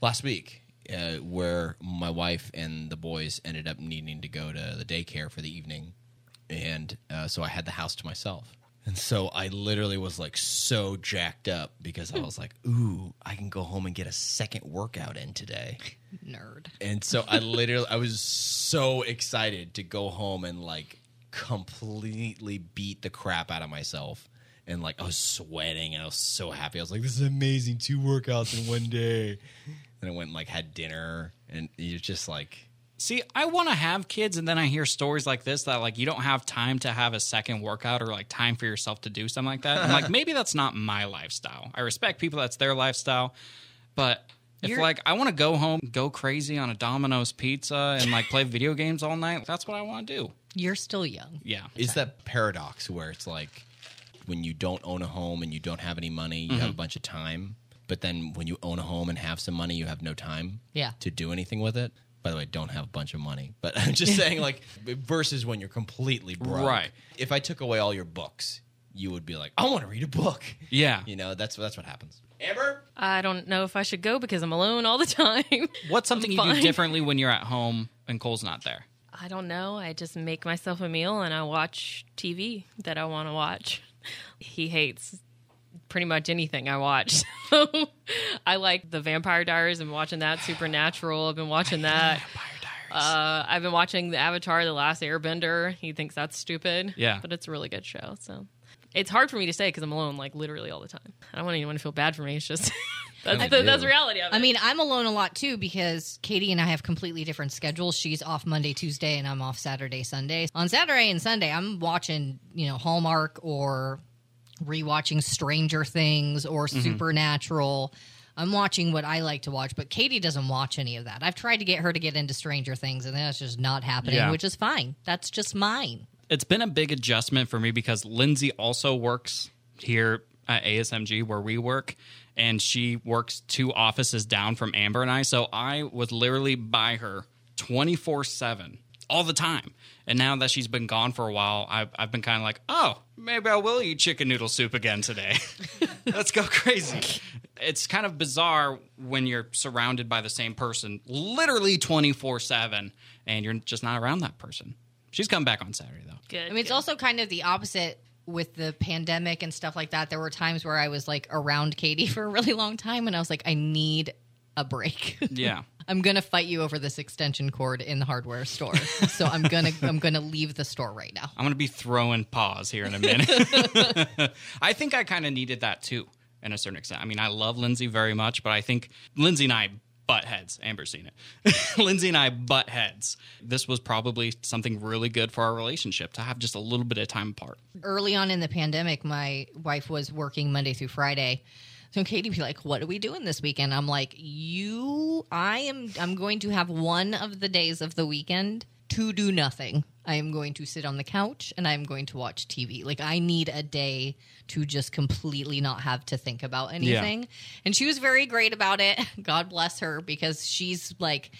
[SPEAKER 1] last week uh, where my wife and the boys ended up needing to go to the daycare for the evening and uh, so i had the house to myself and so i literally was like so jacked up because i was like ooh i can go home and get a second workout in today
[SPEAKER 2] Nerd.
[SPEAKER 1] and so i literally i was so excited to go home and like completely beat the crap out of myself and like i was sweating and i was so happy i was like this is amazing two workouts in one day and i went and like had dinner and you're just like
[SPEAKER 3] See, I want to have kids, and then I hear stories like this that like you don't have time to have a second workout or like time for yourself to do something like that. I'm like, maybe that's not my lifestyle. I respect people that's their lifestyle, but If
[SPEAKER 2] You're-
[SPEAKER 3] like I want to go home, go crazy on a Domino's pizza and like play video games all night, that's what I want to do.
[SPEAKER 2] You're still young.
[SPEAKER 3] Yeah.
[SPEAKER 1] Is that paradox where it's like when you don't own a home and you don't have any money, you have a bunch of time, but then when you own a home and have some money, you have no time
[SPEAKER 2] Yeah.
[SPEAKER 1] to do anything with it. By the way, don't have a bunch of money, but I'm just saying like versus when you're completely broke.
[SPEAKER 3] Right.
[SPEAKER 1] If I took away all your books, you would be like, I want to read a book.
[SPEAKER 3] Yeah.
[SPEAKER 1] You know, that's that's what happens. Amber,
[SPEAKER 4] I don't know if I should go because I'm alone all the time.
[SPEAKER 3] What's something you do
[SPEAKER 4] fine.
[SPEAKER 3] differently when you're at home and Cole's not there?
[SPEAKER 4] I don't know. I just make myself a meal and I watch TV that I want to watch. He hates pretty much anything I watch. So I like the Vampire Diaries. I'm watching that. Supernatural. I've been watching that. Uh, I've been watching the Avatar: The Last Airbender. He thinks that's stupid.
[SPEAKER 3] Yeah.
[SPEAKER 4] but it's a really good show. So it's hard for me to say because I'm alone, like literally all the time. I don't want anyone to feel bad for me. It's just that's the, that's the reality of it.
[SPEAKER 2] I mean, I'm alone a lot too because Katie and I have completely different schedules. She's off Monday, Tuesday, and I'm off Saturday, Sunday. On Saturday and Sunday, I'm watching, you know, Hallmark or rewatching Stranger Things or Supernatural. I'm watching what I like to watch, but Katie doesn't watch any of that. I've tried to get her to get into Stranger Things, and that's just not happening,
[SPEAKER 3] Yeah.
[SPEAKER 2] which is fine. That's just mine.
[SPEAKER 3] It's been a big adjustment for me because Lindsay also works here at ASMG where we work and she works two offices down from Amber and I. So I was literally by her 24/7 all the time. And now that she's been gone for a while, I've, I've been kind of like, oh, maybe I will eat chicken noodle soup again today. Let's go crazy. It's kind of bizarre when you're surrounded by the same person literally 24 7 and you're just not around that person. She's coming back on Saturday, though.
[SPEAKER 4] Good,
[SPEAKER 2] I mean, it's
[SPEAKER 4] good.
[SPEAKER 2] also kind of the opposite with the pandemic and stuff like that. There were times where I was like around Katie for a really long time, and I was like, I need a break.
[SPEAKER 3] Yeah.
[SPEAKER 2] I'm gonna fight you over this extension cord in the hardware store. so I'm gonna I'm gonna leave the store right now.
[SPEAKER 3] I'm going to be throwing paws here in a minute. I think I kind of needed that too, in a certain extent. I mean, I love Lindsay very much, but I think Lindsay and I butt heads. Amber's seen it. Lindsay and I butt heads. This was probably something really good for our relationship to have just a little bit of time apart.
[SPEAKER 2] Early on in the pandemic, my wife was working Monday through Friday. So Katie would be like, "What are we doing this weekend?" I'm like, "You, I am. I'm going to have one of the days of the weekend to do nothing. I am going to sit on the couch and I'm going to watch TV. Like I need a day to just completely not have to think about anything." And she was very great about it. God bless her because she's like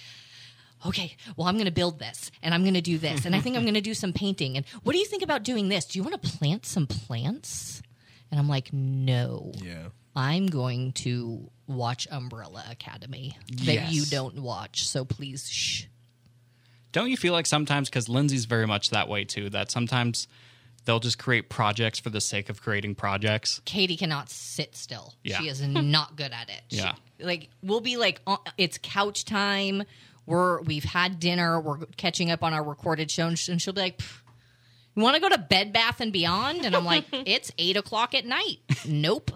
[SPEAKER 2] okay, well, I'm going to build this and I'm going to do this. And I think I'm going to do some painting. And what do you think about doing this? Do you want to plant some plants? And I'm like, no. Yeah. I'm going to watch Umbrella Academy that
[SPEAKER 3] Yes.
[SPEAKER 2] you don't watch. So please, shh.
[SPEAKER 3] Don't you feel like sometimes, because Lindsay's very much that way too, that sometimes they'll just create projects for the sake of creating projects?
[SPEAKER 2] Katie cannot sit still.
[SPEAKER 3] Yeah.
[SPEAKER 2] She is not good at it. She-
[SPEAKER 3] Yeah.
[SPEAKER 2] like we'll be like on, it's couch time. We're we've had dinner. We're catching up on our recorded show, and sh- and she'll be like, "Pff, "You want to go to Bed Bath and Beyond?" And I'm like, "It's eight o'clock at night." Nope.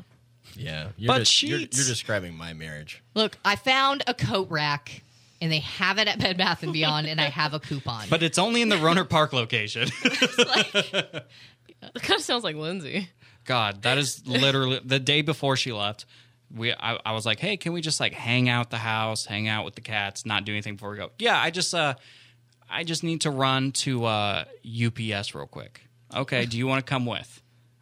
[SPEAKER 1] yeah, you're
[SPEAKER 3] But
[SPEAKER 1] just- you're,
[SPEAKER 3] sheets.
[SPEAKER 1] you're describing my marriage.
[SPEAKER 2] Look, I found a coat rack, and they have it at Bed Bath and Beyond, and I have a coupon.
[SPEAKER 3] But it's only in the Roner Park location.
[SPEAKER 4] it kind of sounds like Lindsay.
[SPEAKER 3] God, that is literally the day before she left. We, I, I was like, hey, can we just like hang out the house, hang out with the cats, not do anything before we go? Yeah, I just, uh, I just need to run to uh, UPS real quick. Okay, do you want to come with?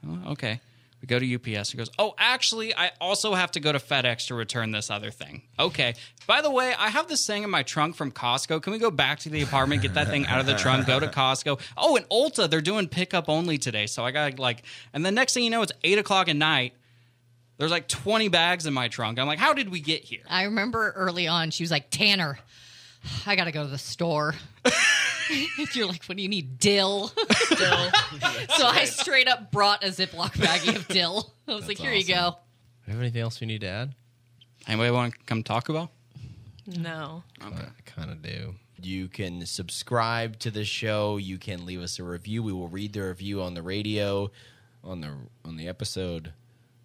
[SPEAKER 3] "Oh, okay, we go to UPS. He goes, oh, actually, I also have to go to FedEx to return this other thing. Okay, by the way, I have this thing in my trunk from Costco. Can we go back to the apartment, get that thing out of the trunk, go to Costco? Oh, and Ulta, they're doing pickup only today, so I got like. And the next thing you know, it's eight o'clock at night. There's like 20 bags in my trunk. I'm like, how did we get here?
[SPEAKER 2] I remember early on, she was like, Tanner, I got to go to the store. You're like, what do you need? Dill. so I straight up brought a Ziploc baggie of dill. I was like, here you go.
[SPEAKER 1] Do you have anything else we need to add?
[SPEAKER 3] Anybody want to come talk about?
[SPEAKER 4] No.
[SPEAKER 1] I kind of do. You can subscribe to the show. You can leave us a review. We will read the review on the radio, on the on the episode.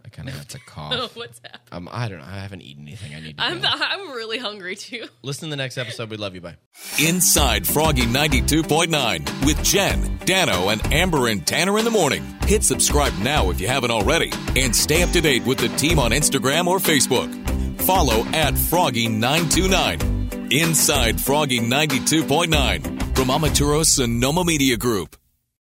[SPEAKER 1] I kind of have to
[SPEAKER 4] Oh,
[SPEAKER 1] cough.
[SPEAKER 4] what's happening?
[SPEAKER 1] um, I don't. know. I haven't eaten anything. I need to.
[SPEAKER 4] I'm
[SPEAKER 1] go.
[SPEAKER 4] I'm really hungry too.
[SPEAKER 1] Listen to the next episode. We love you. Bye.
[SPEAKER 5] Inside Froggy 92.9 with Jen, Dano, and Amber and Tanner in the morning. Hit subscribe now if you haven't already and stay up to date with the team on Instagram or Facebook. Follow at Froggy929. Inside Froggy 92.9 from Amaturo Sonoma Media Group.